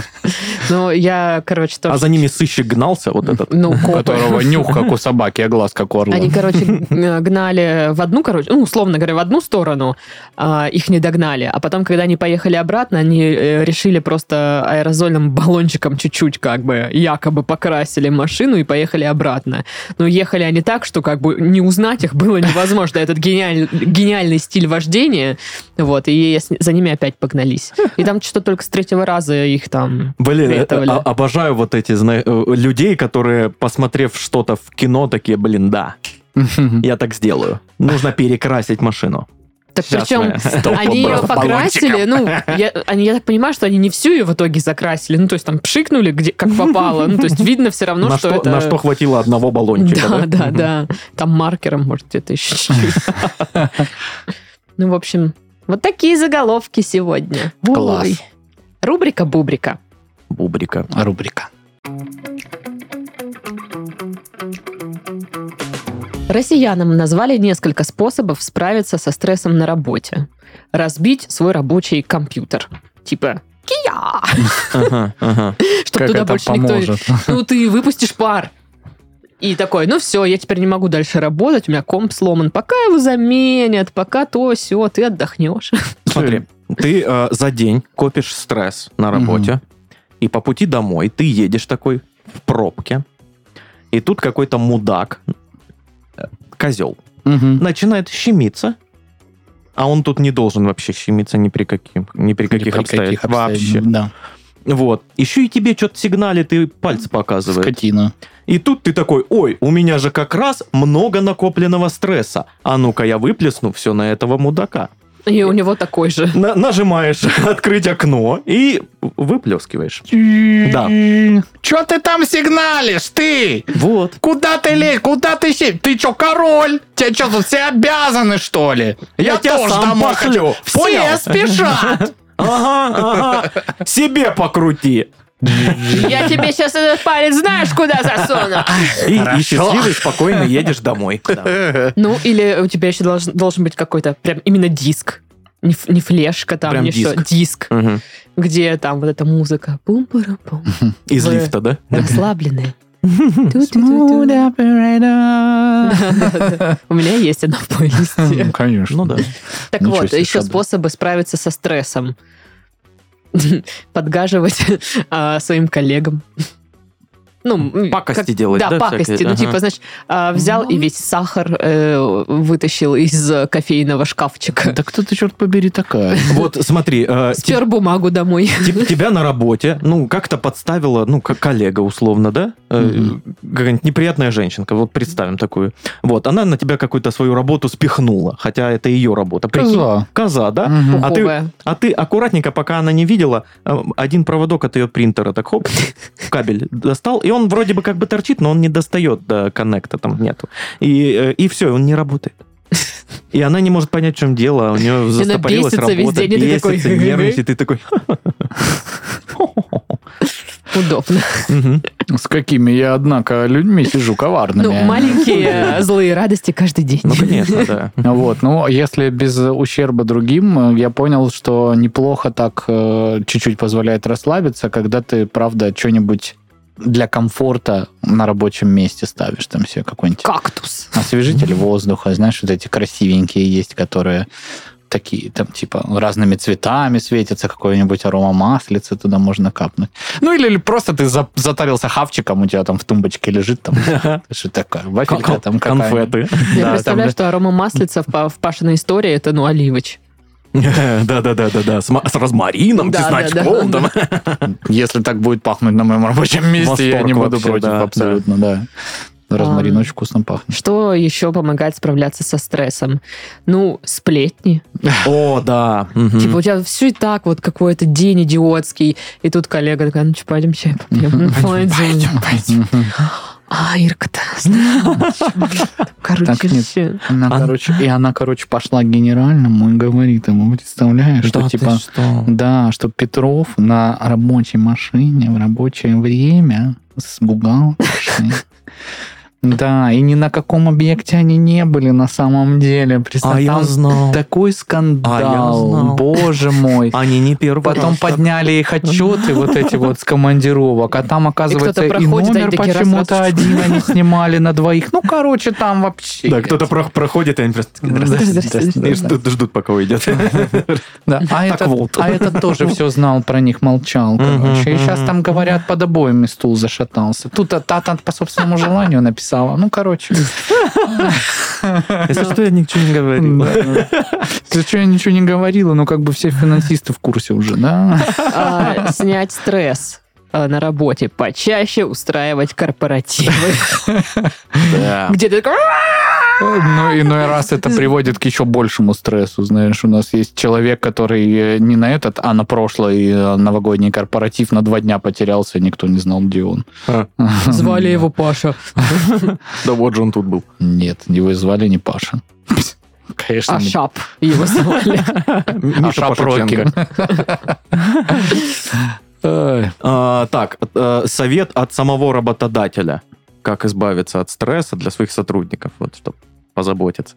S1: Но я, короче,
S2: А
S1: тоже...
S2: за ними сыщик гнался, вот этот.
S1: Ну, копы.
S3: Которого нюх, как у собаки, а глаз, как у орла. [LAUGHS]
S1: Они, короче, г- э, гнали в одну, короче, ну, условно говоря, в одну сторону, а, их не догнали. А потом, когда они поехали обратно, они э, решили просто аэрозольным баллончиком чуть-чуть как бы якобы покрасили машину и поехали обратно. Но ехали они так, что как бы не узнать их было невозможно. Этот гениаль- гениальный стиль вождения. Вот, и с- за ними опять погнались. И там что только с третьего раза их там...
S2: Блин, это-
S1: Этого ли?
S2: а- обожаю вот эти зна- э, людей, которые, посмотрев что-то в кино, такие, блин, да, я так сделаю. Нужно перекрасить машину.
S1: Так
S2: Сейчас
S1: причем
S2: мы
S1: они ее
S3: просто
S1: покрасили, ну, я, они, я так понимаю, что они не всю ее в итоге закрасили, ну, то есть там пшикнули, где, как попало, ну, то есть видно все равно,
S2: на,
S1: что,
S2: что,
S1: это...
S2: на что хватило одного
S1: [LAUGHS]
S2: баллончика.
S1: да, да, да, там маркером, может, где-то
S2: [LAUGHS]
S1: еще чуть-чуть. Ну, в общем, вот такие заголовки сегодня.
S3: Класс.
S1: Ой. Рубрика «Бубрика».
S2: Бубрика.
S3: Рубрика.
S1: Россиянам назвали несколько способов справиться со стрессом на работе. Разбить свой рабочий компьютер. Типа «Кия!» [LAUGHS]
S2: Ага, ага.
S1: Чтобы туда больше никто ну ты выпустишь пар. И такой, ну все, я теперь не могу дальше работать, у меня комп сломан. Пока его заменят, пока то, все, ты отдохнешь.
S2: Смотри, ты э, за день копишь стресс на работе, и по пути домой ты едешь такой в пробке, и тут какой-то мудак, э, козел,
S3: Мгм.
S2: начинает щемиться, а он тут не должен вообще щемиться ни при каким, ни при каких
S3: Ни при каких
S2: обстоятельствах вообще.
S3: обстоятельствах, Да.
S2: Вот. Еще и тебе что-то сигналит и пальцы показывает.
S3: Скотина.
S2: И тут ты такой, ой, у меня же как раз много накопленного стресса. А ну-ка я выплесну все на этого мудака.
S1: И у него такой же.
S2: На- нажимаешь [LAUGHS] открыть окно и выплескиваешь. Да.
S3: Че ты там сигналишь, ты?
S2: Вот.
S3: Куда ты лезь? Куда ты сидишь? Ты чё, король? Тебя чё тут все обязаны, что ли?
S2: Я тебя сам
S3: домой
S2: пошлю.
S3: хочу. Все
S2: Понял? [LAUGHS]
S3: спешат.
S2: Ага, ага. Себе покрути.
S1: Я тебе сейчас этот палец знаешь, куда засуну.
S2: И,
S3: Хорошо.
S2: и счастливый, спокойно едешь
S3: [LAUGHS]
S2: домой.
S1: Ну, или у тебя еще должен, должен быть какой-то прям именно диск. Не, ф- не флешка там,
S2: Прям
S1: не что,
S2: диск.
S1: диск,
S2: Мгм.
S1: где там вот эта музыка. бум пум
S2: [LAUGHS]
S1: пум
S2: Из
S1: Вы-
S2: лифта, да? [LAUGHS]
S1: Расслабленная. Ту-ту-ту-ту. [LAUGHS] Да-да-да. У меня есть одна [LAUGHS] в плейлисте.
S3: Конечно.
S2: Ну да.
S1: Так
S3: Ничего
S1: вот,
S3: себе,
S1: еще
S3: шабля.
S1: способы справиться со стрессом. [LAUGHS] Подгаживать [LAUGHS] а, своим коллегам. Ну, м,
S2: Пакости
S1: как-
S2: делать,
S1: Да,
S2: да,
S1: пакости.
S2: всякие?
S1: ну,
S2: Ага. Ну.
S1: типа, знаешь, а, взял и весь сахар э, вытащил из э, кофейного шкафчика.
S3: Да кто ты, черт побери, такая?
S2: Вот смотри, э, те-
S1: Стер бумагу домой.
S2: те- тебя на работе, ну, как-то подставила, ну, как коллега, условно, да? Э,
S3: Мгм.
S2: Какая-нибудь неприятная женщинка, вот представим такую. Вот, она на тебя какую-то свою работу спихнула, хотя это ее работа. Прикинь,
S3: Коза.
S2: Коза, да?
S3: Мгм.
S2: А ты-
S1: Пуховая.
S2: А ты аккуратненько, пока она не видела, э, один проводок от ее принтера так хоп, кабель достал и И он вроде бы как бы торчит, но он не достает до коннекта, там нету. И, э, и все, он не работает. И она не может понять, в чем дело. У нее застопорилась
S1: бесится
S2: работа,
S1: весь день, и ты такой,
S2: бесится, нервничает, и ты такой...
S1: Удобно.
S2: [LAUGHS] Мгм.
S3: С какими я, однако, людьми сижу коварными.
S1: Ну,
S2: [LAUGHS]
S3: [LAUGHS]
S1: маленькие злые радости каждый день.
S2: Ну, конечно, да.
S3: Вот, ну, если без ущерба другим, э, я понял, что неплохо так э, чуть-чуть позволяет расслабиться, когда ты, правда, что-нибудь для комфорта на рабочем месте ставишь там себе какой-нибудь
S1: Кактус.
S3: освежитель воздуха, знаешь, вот эти красивенькие есть, которые такие, там, типа, разными цветами светятся, какое-нибудь аромамаслице туда можно капнуть. Ну, или, или просто ты за- затарился хавчиком, у тебя там в тумбочке лежит, там, что такое, вафелька там какая-нибудь.
S2: Конфеты.
S3: Да,
S1: Я
S3: там
S1: представляю,
S3: же-
S1: что арома маслица в, па- в Пашиной истории это, ну, оливыч.
S2: Да-да-да-да-да. С ма- с розмарином,
S1: Да, да,
S2: чесночком.
S1: да,
S2: там.
S3: Если так будет пахнуть на моем рабочем месте, я
S2: Восторг
S3: не буду
S2: вообще,
S3: против
S2: да,
S3: абсолютно, да. Розмарин
S1: Ам.
S3: очень вкусно пахнет.
S1: Что еще помогает справляться со стрессом? Ну, сплетни.
S2: О, да. Мгм.
S1: Типа, у тебя все и так, вот какой-то день идиотский. И тут коллега такая, ну что, пойдем чай попьем? Ну, пойдем. А, Ирка-то, знаешь, короче,
S3: Так нет.
S1: всё.
S3: Она,
S2: А-
S3: короче, и она, короче, пошла к генеральному и говорит ему, представляешь, что
S2: Да ты
S3: типа...
S2: что?
S3: Да, что Петров на рабочей машине в рабочее время с
S2: [LAUGHS]
S3: бухгалтершей. Да, и ни на каком объекте они не были на самом деле. Представь,
S2: А я
S3: там
S2: знал. А,
S3: такой скандал,
S2: знал. [LAUGHS]
S3: боже мой.
S2: Они не первые.
S3: Потом подняли их
S1: [LAUGHS]
S3: отчеты вот эти вот с командировок, а там, оказывается, и,
S1: проходит, а они
S3: номер
S1: такие раз,
S3: почему-то
S1: раз.
S3: один они
S1: [LAUGHS]
S3: снимали на двоих. Ну, короче, там вообще...
S2: Да, кто-то про- проходит, и они просто...
S3: Здравствуйте,
S1: здравствуйте,
S2: И ждут, ждут, пока уйдет.
S3: Да, А,
S2: Так
S3: этот,
S2: вот.
S3: а этот
S2: [LAUGHS]
S3: тоже все знал про них, молчал,
S2: Мгм,
S3: короче. И сейчас
S2: мгм.
S3: там, говорят, под обоями стул зашатался. Тут та, та, та по собственному желанию написала. Ну, короче.
S2: Если что, я ничего не говорил.
S3: Если что, я ничего не говорила, но как бы все финансисты в курсе уже, да?
S1: А, Снять стресс а, на работе. Почаще устраивать корпоративы.
S2: Да.
S1: Где ты такой...
S3: Ну, иной раз это приводит к еще большему стрессу, знаешь. У нас есть человек, который э, не на этот, а на прошлый э, новогодний корпоратив на два дня потерялся, и никто не знал, где он.
S2: А.
S1: Звали его Паша.
S2: Да вот же он тут был.
S3: Нет, его звали не Паша. [LAUGHS] Конечно,
S1: А
S3: не
S1: Шап его звали.
S2: Миша Пашиченко. А, Так, э, совет от самого работодателя. Как избавиться от стресса для своих сотрудников, вот чтобы позаботиться.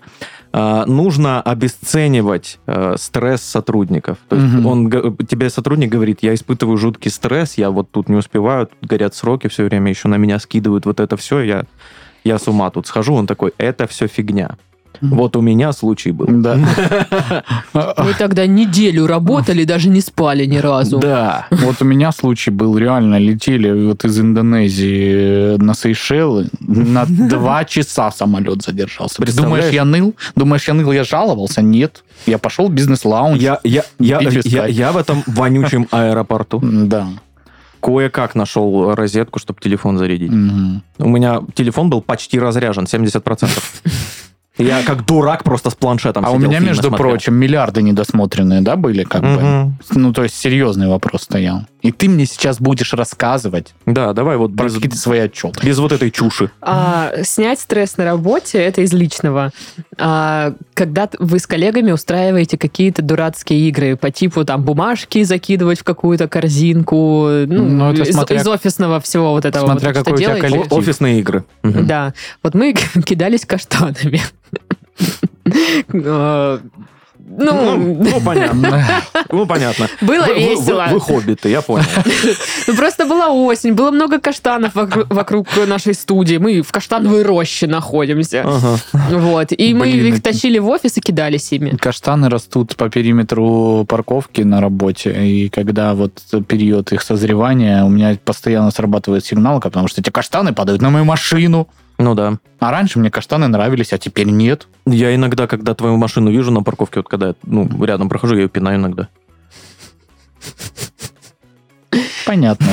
S2: А, Нужно обесценивать э, стресс сотрудников. То есть
S3: Мгм.
S2: он, г- тебе сотрудник говорит, я испытываю жуткий стресс, я вот тут не успеваю, тут горят сроки все время, еще на меня скидывают вот это все, я, я с ума тут схожу. Он такой, это все фигня.
S3: Мгм.
S2: Вот у меня случай был.
S3: Да.
S1: [LAUGHS] Мы тогда неделю работали, даже не спали ни разу.
S2: Да.
S3: Вот у меня случай был, реально летели вот из Индонезии э, на Сейшелы,
S2: [LAUGHS]
S3: на два часа самолет задержался. Ты Думаешь,
S2: Представляешь?
S3: я ныл? Думаешь, я ныл, я жаловался? Нет. Я пошел в бизнес-лаунж.
S2: Я, я, я,
S3: И
S2: я,
S3: пескать.
S2: я в этом вонючем аэропорту
S3: Да.
S2: кое-как нашел розетку, чтобы телефон зарядить.
S3: Мгм.
S2: У меня телефон был почти разряжен,
S3: [LAUGHS]
S2: 70%. Я как дурак просто с планшетом
S3: А у
S2: сидел,
S3: меня,
S2: фильмы
S3: между
S2: смотрел.
S3: прочим, миллиарды недосмотренные, да, были как бы?
S2: Мгм.
S3: Ну, то есть серьезный вопрос стоял. И ты мне сейчас будешь рассказывать
S2: Да, давай вот
S3: про
S2: без,
S3: какие-то свои
S2: [LAUGHS]
S3: отчеты.
S2: без вот этой чуши.
S1: А, снять стресс на работе это из личного. А, когда т- вы с коллегами устраиваете какие-то дурацкие игры по типу там бумажки закидывать в какую-то корзинку, ну,
S3: Ну, это
S1: из,
S3: смотря-
S1: из офисного всего вот этого.
S3: смотря
S1: вот, что
S3: какой у тебя
S1: делаете.
S3: коллег.
S2: О- Офисные игры. Мгм.
S1: Да, вот мы [LAUGHS] кидались каштанами. [LAUGHS] Э,
S2: Ну,
S1: Ну,
S2: ну, понятно. Ну, понятно.
S1: было
S2: Вы- вы- вы-
S1: весело.
S2: Вы хоббиты, я понял.
S1: Ну, просто была осень, было много каштанов вокруг, вокруг нашей студии. Мы в каштановой роще находимся.
S2: Ага.
S1: Вот. И мы
S3: Блин,
S1: их
S3: это-
S1: тащили в офис и кидались ими.
S3: Каштаны растут по периметру парковки на работе, и когда вот период их созревания, у меня постоянно срабатывает сигналка, потому что эти каштаны падают на мою машину.
S2: Ну да.
S3: А раньше мне каштаны нравились, а теперь нет.
S2: Я иногда, когда твою машину вижу на парковке, вот когда я ну, рядом прохожу, я ее пинаю иногда.
S3: Понятно.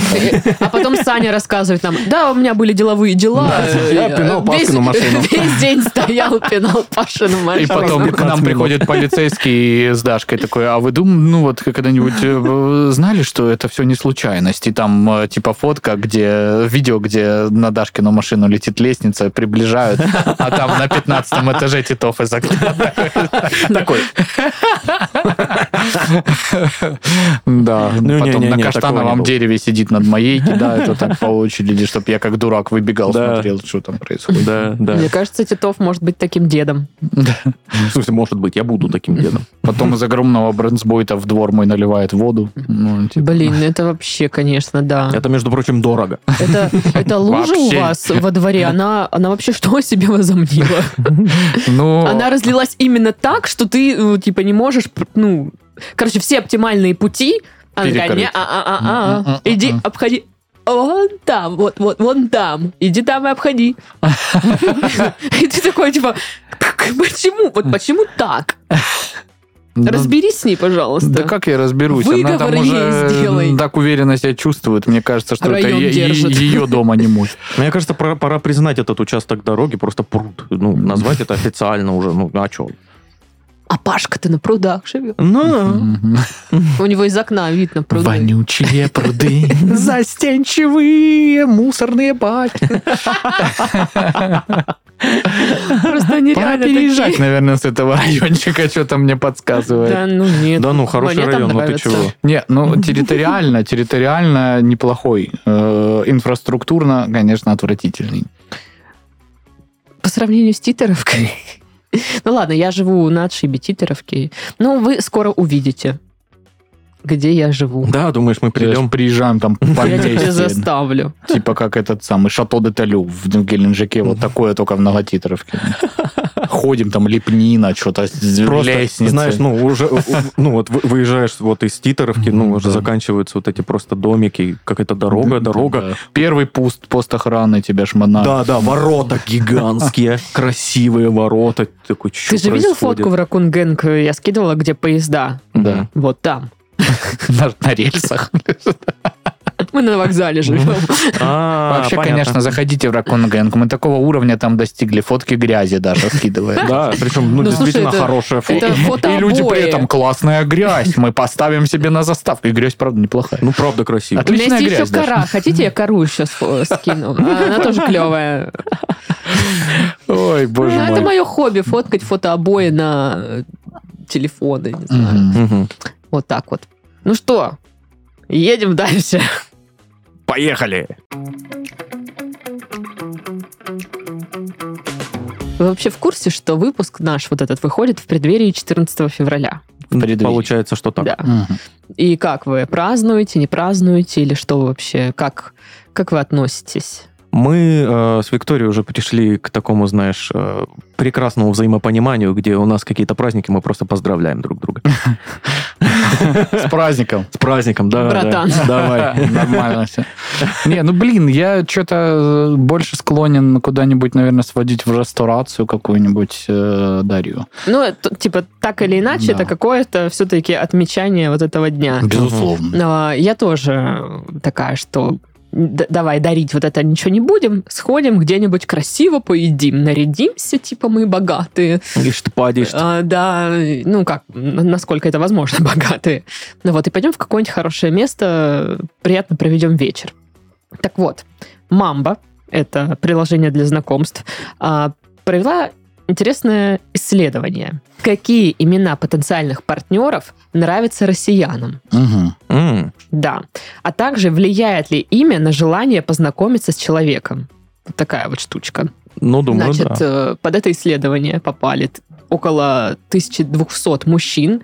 S1: А потом Саня рассказывает нам, да, у меня были деловые дела. Э,
S2: Да, я пинал Пашкину
S1: [LAUGHS]
S2: машину».
S1: Весь, весь день стоял, пинал Пашину машину.
S3: И потом к
S2: 15
S3: нам
S2: минут.
S3: приходит полицейский с Дашкой такой, а вы думали, ну вот когда-нибудь э, знали, что это все не случайность? И там э, типа фотка, где видео, где на Дашкину машину летит лестница, приближают, а там на 15 этаже Титов из окна.
S2: Такой.
S3: Да,
S2: Ну,
S3: потом
S2: не-не-не,
S3: на
S2: такого не
S3: каштановом
S2: было.
S3: дереве сидит над моей, кидает вот так по очереди, чтобы я как дурак выбегал,
S2: Да.
S3: смотрел, что там происходит.
S2: Да, да.
S1: Мне кажется, Титов может быть таким дедом.
S2: В смысле, может быть, я буду таким дедом.
S3: Потом из огромного бронзбойта в двор мой наливает воду. Ну, типа,
S1: Блин, ну это вообще, конечно, да.
S2: Это, между прочим, дорого.
S1: Это, это лужа у
S3: Вообще.
S1: вас во дворе, она, она вообще что о себе возомнила?
S3: Ну,
S1: Она разлилась именно так, что ты, ну, типа, не можешь, пр- ну... Короче, все оптимальные пути... Она такая,
S3: Перекрыть.
S1: не, а, а, а, а,
S3: М-м-м-м-м.
S1: иди, обходи. Вон там, вот, вот, вон там. Иди там и обходи. И ты такой, типа, «Как? почему? Вот почему так?
S3: ну,
S1: Разберись с ней, пожалуйста.
S3: Да как я разберусь? Она там
S1: Выговор ей сделай.
S3: уже э, так уверенно себя чувствует. Мне кажется, что это
S1: Район
S3: е- е-
S1: держит.
S3: ее дом, а не мой.
S2: Мне кажется, пора, пора признать этот участок дороги просто пруд. Ну, назвать это официально уже. Ну, а что?
S1: А Пашка-то на прудах живет.
S2: Ну,
S1: У него из окна видно [LAUGHS] пруды. [LAUGHS]
S3: Вонючие пруды, застенчивые мусорные баки.
S1: Просто они
S3: Пора
S1: реально
S3: переезжать,
S1: такие.
S3: наверное, с этого райончика, что-то мне подсказывает.
S1: Да, ну нет.
S2: да ну, хороший
S1: Мне там
S2: район, ну ты
S1: нравится.
S2: чего?
S3: Не,
S1: [LAUGHS]
S3: ну территориально, территориально неплохой. Э, Инфраструктурно, конечно, отвратительный.
S1: По сравнению с Титеровкой. [LAUGHS] Ну ладно, я живу на отшибе Титеровки. Ну, вы скоро увидите, где я живу.
S2: Да, думаешь, мы
S3: Придем,
S2: придем? [LAUGHS]
S3: приезжаем там
S1: Я тебя
S3: поместье,
S1: заставлю.
S3: Типа как этот самый Шато де Талю в Геленджике, вот такое только
S2: [LAUGHS]
S3: в многотитровке. Ходим, там лепнина, что-то,
S2: Просто,
S3: лестница.
S2: знаешь, ну, уже, у- ну, вот вы- выезжаешь вот из Титеровки, ну,
S3: Мгм,
S2: уже
S3: да.
S2: заканчиваются вот эти просто домики, какая-то дорога, дорога.
S3: Да. Первый пуст, пост охраны тебя шмонает.
S2: Да, да, ворота
S3: [LAUGHS]
S2: гигантские, красивые ворота. Ты Такой,
S1: Ты же видел фотку в Ракун Гэнг? Я скидывала, где поезда.
S3: Да.
S1: Вот там.
S3: [LAUGHS] На, на рельсах.
S1: Мы на вокзале живем.
S3: Вообще,
S2: Вообще,
S3: конечно, заходите в Ракон Гэнг. Мы такого уровня там достигли. Фотки грязи даже скидывает.
S2: Да, причем, ну,
S1: Ну, слушай,
S2: действительно
S1: это-
S2: хорошая
S1: [LAUGHS]
S2: фото.
S1: Это фото
S3: И люди при
S1: обои.
S3: этом классная грязь. Мы поставим себе на заставку. И грязь, правда, неплохая.
S2: Ну, правда красиво.
S3: А
S1: У меня
S3: Отличная
S1: есть еще
S3: грязь даже.
S1: кора. Хотите, я кору еще сфо-
S3: [LAUGHS]
S1: скину? А, Она тоже клевая.
S3: Ой, боже
S1: Ну, это
S3: мой.
S1: мое хобби, фоткать фотообои на э, телефоны. не знаю.
S3: Мгм.
S2: Мгм.
S1: Вот так вот. Ну что, едем дальше.
S2: Поехали!
S1: Вы вообще в курсе, что выпуск наш вот этот выходит в преддверии 14 февраля?
S3: преддверии.
S2: Ну, Получается, что так.
S1: Да.
S3: Мгм.
S1: И как вы празднуете, не празднуете, или что вы вообще, как, как вы относитесь?
S2: Мы э, с Викторией уже пришли к такому, знаешь, э, прекрасному взаимопониманию, где у нас какие-то праздники, мы просто поздравляем друг друга.
S1: [LAUGHS]
S3: С праздником.
S2: С праздником, Э, да. да.
S1: Братан.
S2: Давай.
S3: Нормально все. Не, ну блин, я что-то больше склонен куда-нибудь, наверное, сводить в ресторацию какую-нибудь э, Дарью.
S1: Ну, это, типа, так или иначе,
S3: Да.
S1: это какое-то все-таки отмечание вот этого дня.
S3: Безусловно.
S1: Но я тоже такая, что д- давай дарить вот это ничего не будем, сходим где-нибудь красиво поедим, нарядимся, типа мы богатые.
S2: Ишь ты, падишь ты.
S1: А, да, ну как, н- насколько это возможно, [LAUGHS] богатые. Ну вот, и пойдем в какое-нибудь хорошее место, приятно проведем вечер. Так вот, Мамба, это приложение для знакомств, а, провела интересное исследование. Какие имена потенциальных партнеров нравятся россиянам?
S3: Мгм.
S2: М.
S1: Да. А также влияет ли имя на желание познакомиться с человеком? Вот такая вот штучка.
S2: Ну, думаю,
S1: Значит,
S2: да.
S1: э, под это исследование попали т- около 1200 мужчин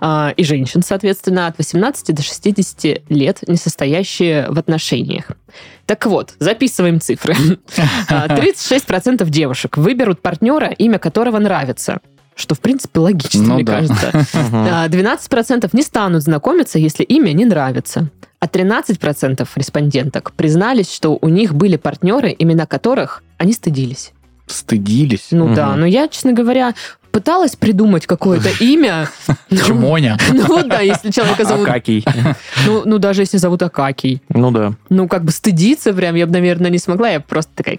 S1: а, и женщин, соответственно, от 18 до 60 лет, не состоящие в отношениях. Так вот, записываем цифры. А, 36% девушек выберут партнера, имя которого нравится. Что, в принципе, логично,
S3: Ну
S1: мне
S3: да.
S1: кажется.
S2: Мгм.
S1: А, 12% не станут знакомиться, если имя не нравится. А 13% респонденток признались, что у них были партнеры, имена которых они стыдились.
S3: Стыдились.
S1: Ну
S2: Мгм.
S1: да, но я, честно говоря, пыталась придумать какое-то имя. Ну,
S3: Чмоня.
S1: [LAUGHS] Ну вот да, если
S2: А
S1: человека зовут...
S2: Акакий.
S1: Ну, ну, даже если зовут Акакий.
S2: Ну да.
S1: Ну, как бы стыдиться прям я бы, наверное, не смогла. Я просто такая...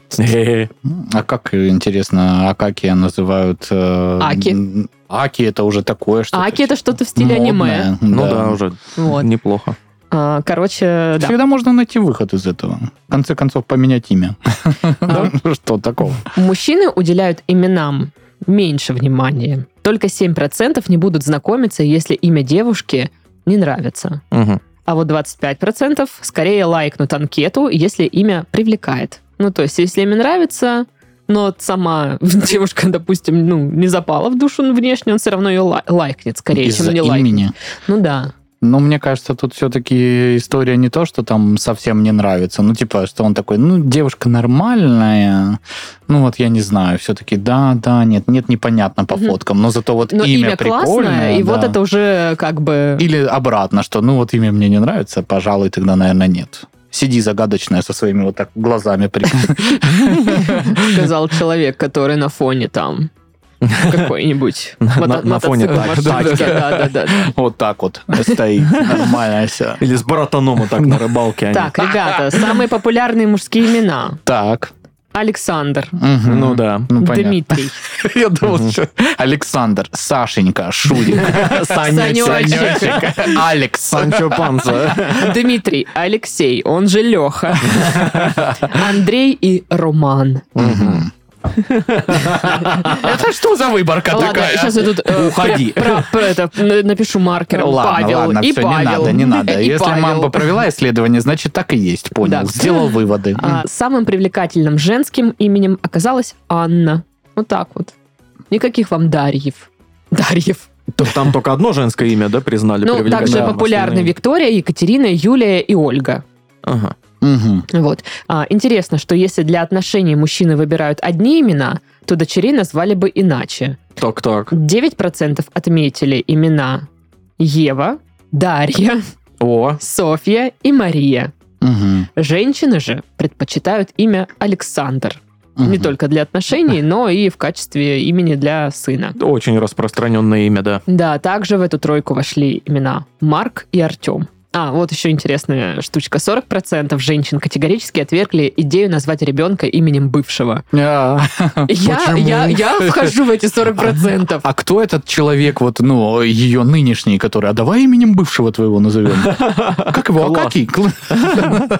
S3: А как, интересно, Акакия называют? э,
S1: Аки.
S3: м, Аки это уже такое, что...
S1: Аки это что-то в стиле аниме.
S3: модное,
S2: Ну да, уже
S1: Вот.
S2: неплохо.
S1: А, Короче, да.
S3: Всегда можно найти выход из этого. В конце концов, поменять
S1: [LAUGHS]
S3: имя. [LAUGHS] Ну, Что такого?
S1: Мужчины уделяют именам меньше внимания. Только 7% не будут знакомиться, если имя девушки не нравится.
S2: Мгм.
S1: А вот 25% скорее лайкнут анкету, если имя привлекает. Ну, то есть, если имя нравится, но сама [LAUGHS] девушка, допустим, ну, не запала в душу внешне, он все равно ее лай- лайкнет скорее,
S3: Из-за
S1: чем не лайкнет.
S3: имени.
S1: Ну да.
S3: Ну, мне кажется, тут все-таки история не то, что там совсем не нравится. Ну, типа, что он такой, ну, девушка нормальная. Ну, вот я не знаю, все-таки да, да, нет, нет, непонятно по
S1: Мгм.
S3: фоткам. Но зато вот
S1: Но имя,
S3: имя, прикольное.
S1: классное, и вот
S3: да.
S1: это уже как бы... [LAUGHS]
S3: Или обратно, что ну вот имя мне не нравится, пожалуй, тогда, наверное, нет. Сиди загадочная со своими вот так глазами. при- [LAUGHS]
S1: сказал человек, который на фоне там какой-нибудь
S2: На-
S1: мото-
S2: на- на фоне
S1: мотоцикл,
S2: тачки.
S1: машинки, да-да-да.
S3: Вот так вот стоит. Нормально все.
S2: Или с баратанома так на рыбалке они.
S1: Так, ребята, самые популярные мужские имена.
S3: Так.
S1: Александр,
S3: мгм.
S2: Ну да.
S3: Ну, понятно.
S1: Дмитрий,
S3: [LAUGHS] Я думал,
S2: Мгм.
S3: что Александр, Сашенька, Шурик,
S1: [LAUGHS]
S3: Санечек,
S1: Санечек.
S3: Санечек, Алекс.
S2: Санчо Панса.
S1: Дмитрий, Алексей, он же Леха, Андрей и Роман.
S3: Мгм. Это что за выборка
S1: Ладно,
S3: А такая? Ну,
S1: сейчас я тут э,
S2: Уходи.
S1: про- про это, н- напишу маркером
S3: Ладно,
S1: Павел
S3: ладно,
S1: и
S3: все, не
S1: Павел.
S3: надо, не надо.
S1: [LAUGHS] И
S3: Если
S1: Павел.
S3: мамба провела исследование, значит, так и есть, понял.
S1: Да.
S3: Сделал выводы.
S1: А, самым привлекательным женским именем оказалась Анна. Вот так вот. Никаких вам Дарьев. Дарьев.
S2: [LAUGHS] То- Там только одно женское имя, да, признали?
S1: Ну,
S2: привлекательным.
S1: также
S2: Да,
S1: популярны
S2: остальные-
S1: Виктория, Екатерина, Юлия и Ольга.
S2: Ага.
S3: Мгм.
S1: Вот. А, интересно, что если для отношений мужчины выбирают одни имена, то дочерей назвали бы иначе.
S2: Так, так.
S1: 9% отметили имена Ева, Дарья,
S2: О,
S1: Софья и Мария.
S3: Мгм.
S1: Женщины же предпочитают имя Александр. Не
S3: Мгм.
S1: только для отношений, но и в качестве имени для сына.
S2: очень распространенное имя, да.
S1: Да, также в эту тройку вошли имена Марк и Артем. А, вот еще интересная штучка. 40% женщин категорически отвергли идею назвать ребенка именем бывшего.
S3: А,
S1: Я,
S3: почему?
S1: я, я вхожу в
S3: [LAUGHS]
S1: эти 40%.
S3: А кто этот человек, вот, ну, ее нынешний, который, а давай именем бывшего твоего назовем?
S1: [LAUGHS]
S3: Как его?
S2: Класс.
S3: Акаки? Кл- [LAUGHS]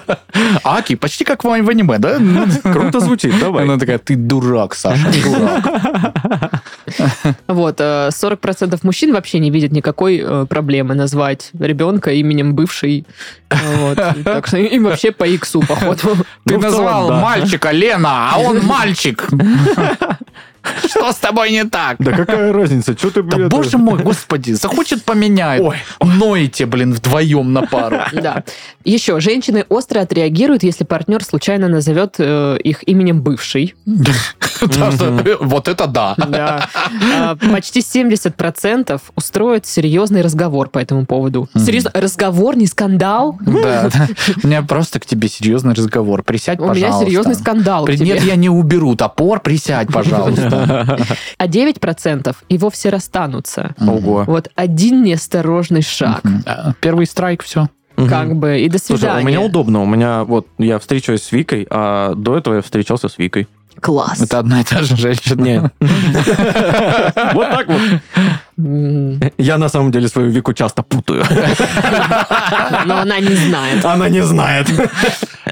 S3: Аки, почти как в в аниме, да? Ну,
S2: Круто звучит, давай.
S3: Она такая, ты дурак, Саша, дурак.
S1: Вот, э, 40% мужчин вообще не видят никакой э, проблемы назвать ребенка именем бывшей. Вот.
S3: [LAUGHS]
S1: Так что им вообще по иксу, походу.
S3: Ты
S2: Ну, в целом,
S3: назвал
S2: да.
S3: мальчика Лена, а он мальчик. Что с тобой не так?
S2: Да какая разница, что ты,
S3: Да
S2: блядь,
S3: боже мой, господи, захочет поменяет.
S2: Ой.
S3: Ноете, блин, вдвоем на пару.
S1: Да. Еще, женщины остро отреагируют, если партнер случайно назовет э, их именем бывший.
S3: Потому что, э, Вот это да. [LAUGHS]
S1: Да. А, Почти 70% устроят серьезный разговор по этому поводу.
S3: Мгм.
S1: Серьезно, разговор, не скандал?
S3: Да, да. У меня просто к тебе серьезный разговор. Присядь,
S1: У меня
S3: пожалуйста.
S1: серьезный скандал к
S3: При- Нет,
S1: тебе.
S3: я не уберу топор, присядь, пожалуйста.
S1: А 9% и вовсе расстанутся.
S2: Ого.
S1: Вот один неосторожный шаг.
S3: Мгм. А, Первый страйк, все.
S2: Мгм.
S1: Как бы, и до
S2: Слушай, а у меня
S1: свидания.
S2: удобно, у меня вот, я встречаюсь с Викой, а до этого я встречался с Викой.
S1: Класс.
S3: Это одна и та же женщина.
S2: Нет. [LAUGHS] Вот так вот.
S1: М,
S2: Я на самом деле свою Вику часто путаю.
S1: Но она не знает.
S2: Она не знает.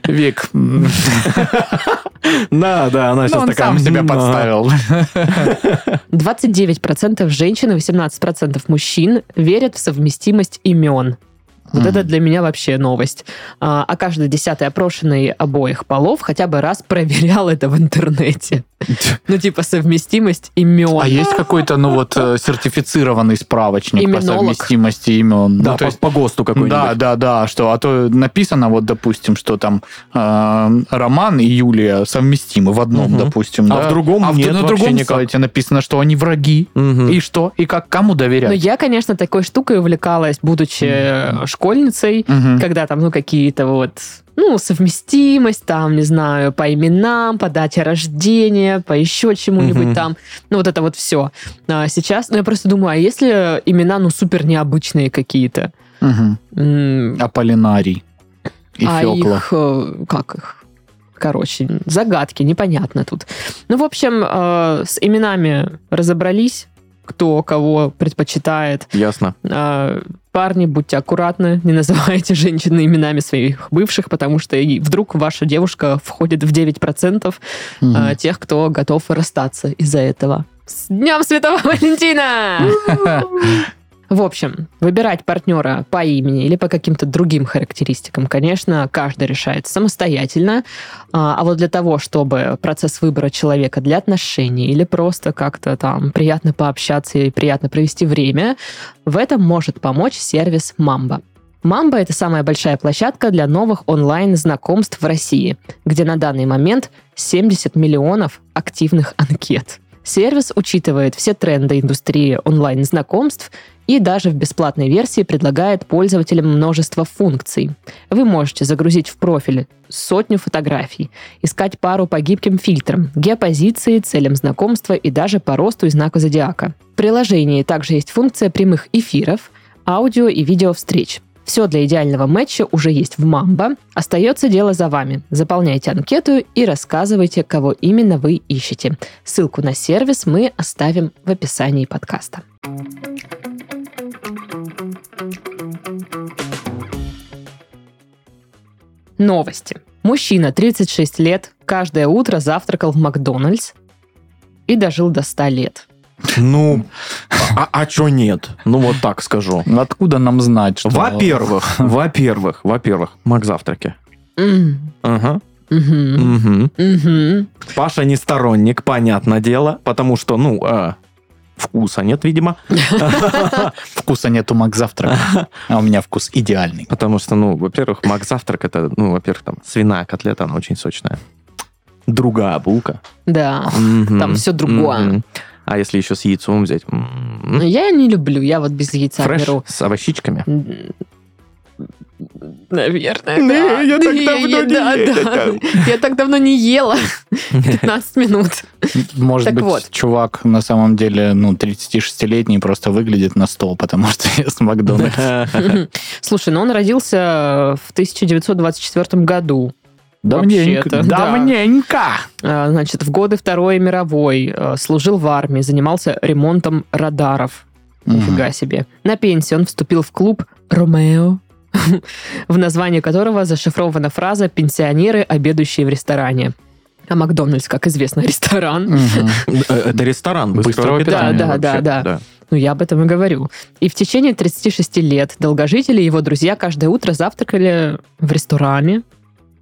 S3: Вик, м, [LAUGHS]
S2: Да, да, она
S3: ну,
S2: сейчас
S3: он
S2: такая...
S3: сам себя
S2: «М, а, ага».
S3: подставил.
S1: 29% женщин и 18% мужчин верят в совместимость имен. Вот
S3: Мгм.
S1: это для меня вообще новость. А, а каждый десятый опрошенный обоих полов хотя бы раз проверял это в интернете. Ну, типа совместимость имен.
S3: А есть какой-то, ну вот, э, сертифицированный справочник по
S1: Именолог.
S3: совместимости имен?
S2: Да,
S3: Ну, то
S2: по-
S3: есть-
S2: по ГОСТу
S3: Да,
S2: какой-нибудь.
S3: да, да, что, а то написано, вот, допустим, что там э, Роман и Юлия совместимы в одном,
S2: Мгм.
S3: допустим,
S2: А
S3: да.
S2: в другом
S3: а в-
S2: нет
S3: на
S2: вообще
S3: другом
S2: никак.
S3: сайте написано, что они враги.
S2: Мгм.
S3: И что? И как? Кому
S1: Но
S3: доверять?
S1: я, конечно, такой штукой увлекалась, будучи э, школьницей,
S3: Мгм.
S1: когда там, ну, какие-то вот ну, совместимость, там, не знаю, по именам, по дате рождения, по еще чему-нибудь
S2: Мгм.
S1: там. Ну, вот это вот все. А сейчас, ну, я просто думаю, а если имена, ну, супер необычные какие-то?
S3: Мгм.
S1: М,
S3: Аполлинарий и
S1: а
S3: Фёкла.
S1: их, э, как их? Короче, загадки, непонятно тут. Ну, в общем, э, с именами разобрались, кто кого предпочитает.
S2: Ясно.
S1: Э, Парни, будьте аккуратны, не называйте женщины именами своих бывших, потому что и вдруг ваша девушка входит в 9%
S3: Мгм.
S1: э, тех, кто готов расстаться из-за этого. С Днем Святого [LAUGHS] Валентина! В общем, выбирать партнера по имени или по каким-то другим характеристикам, конечно, каждый решает самостоятельно. А а вот для того, чтобы процесс выбора человека для отношений или просто как-то там приятно пообщаться и приятно провести время, в этом может помочь сервис Мамба. Мамба – это самая большая площадка для новых онлайн-знакомств в России, где на данный момент 70 миллионов активных анкет. Сервис учитывает все тренды индустрии онлайн-знакомств и даже в бесплатной версии предлагает пользователям множество функций. Вы можете загрузить в профиль сотню фотографий, искать пару по гибким фильтрам, геопозиции, целям знакомства и даже по росту и знаку зодиака. В приложении также есть функция прямых эфиров, аудио и видео встреч. Все для идеального матча уже есть в Мамбо. Остается дело за вами. Заполняйте анкету и рассказывайте, кого именно вы ищете. Ссылку на сервис мы оставим в описании подкаста. Новости. Мужчина, 36 лет, каждое утро завтракал в Макдональдс и дожил до 100 лет.
S2: Ну, а, а чё нет? Ну, вот так скажу.
S3: Откуда нам знать, что...
S2: Во-первых, во-первых, во-первых, Мак завтраки.
S1: М,
S2: Ага.
S1: мгм,
S2: Мгм.
S1: мгм.
S2: Паша не сторонник, понятное дело, потому что, ну, э, вкуса нет, видимо.
S3: Вкуса нет
S2: [LAUGHS]
S3: у Макзавтрака, а у меня вкус идеальный.
S2: Потому что, ну, во-первых, Мак-завтрак это, ну, во-первых, там свиная котлета, она очень сочная. Другая булка.
S1: Да. Там
S2: Там
S1: всё другое.
S2: А если еще с яйцом взять? М, ну,
S1: Но Я не люблю, я вот без яйца
S2: Фреш
S1: беру.
S2: с овощичками.
S1: М, Наверное,
S2: Не,
S1: да.
S2: я так
S1: Не,
S2: давно не
S1: да,
S2: ел
S1: да.
S2: это.
S1: Я так давно не
S2: [LAUGHS]
S1: ела. 15 минут.
S3: Может
S1: Так
S3: быть,
S1: вот.
S3: чувак на самом деле, ну, 36-летний просто выглядит на стол, потому что [LAUGHS] ест Макдональдс.
S1: Слушай, ну он родился в 1924 году.
S3: Давненько.
S1: Вообще-то, да.
S3: Давненько.
S1: Э, Значит, в годы Второй мировой э, служил в армии, занимался ремонтом радаров. Нифига себе. На пенсии он вступил в клуб «Ромео», [LAUGHS] в названии которого зашифрована фраза «пенсионеры, обедающие в ресторане». А Макдональдс, как известно, [LAUGHS] ресторан.
S3: Мгм.
S2: Э, [LAUGHS] Это ресторан быстрого
S3: Быстрого
S2: питания.
S1: питания. Да, да,
S2: вообще,
S1: да, да. Ну, я об этом и говорю. И в течение 36 лет долгожители и его друзья каждое утро завтракали в ресторане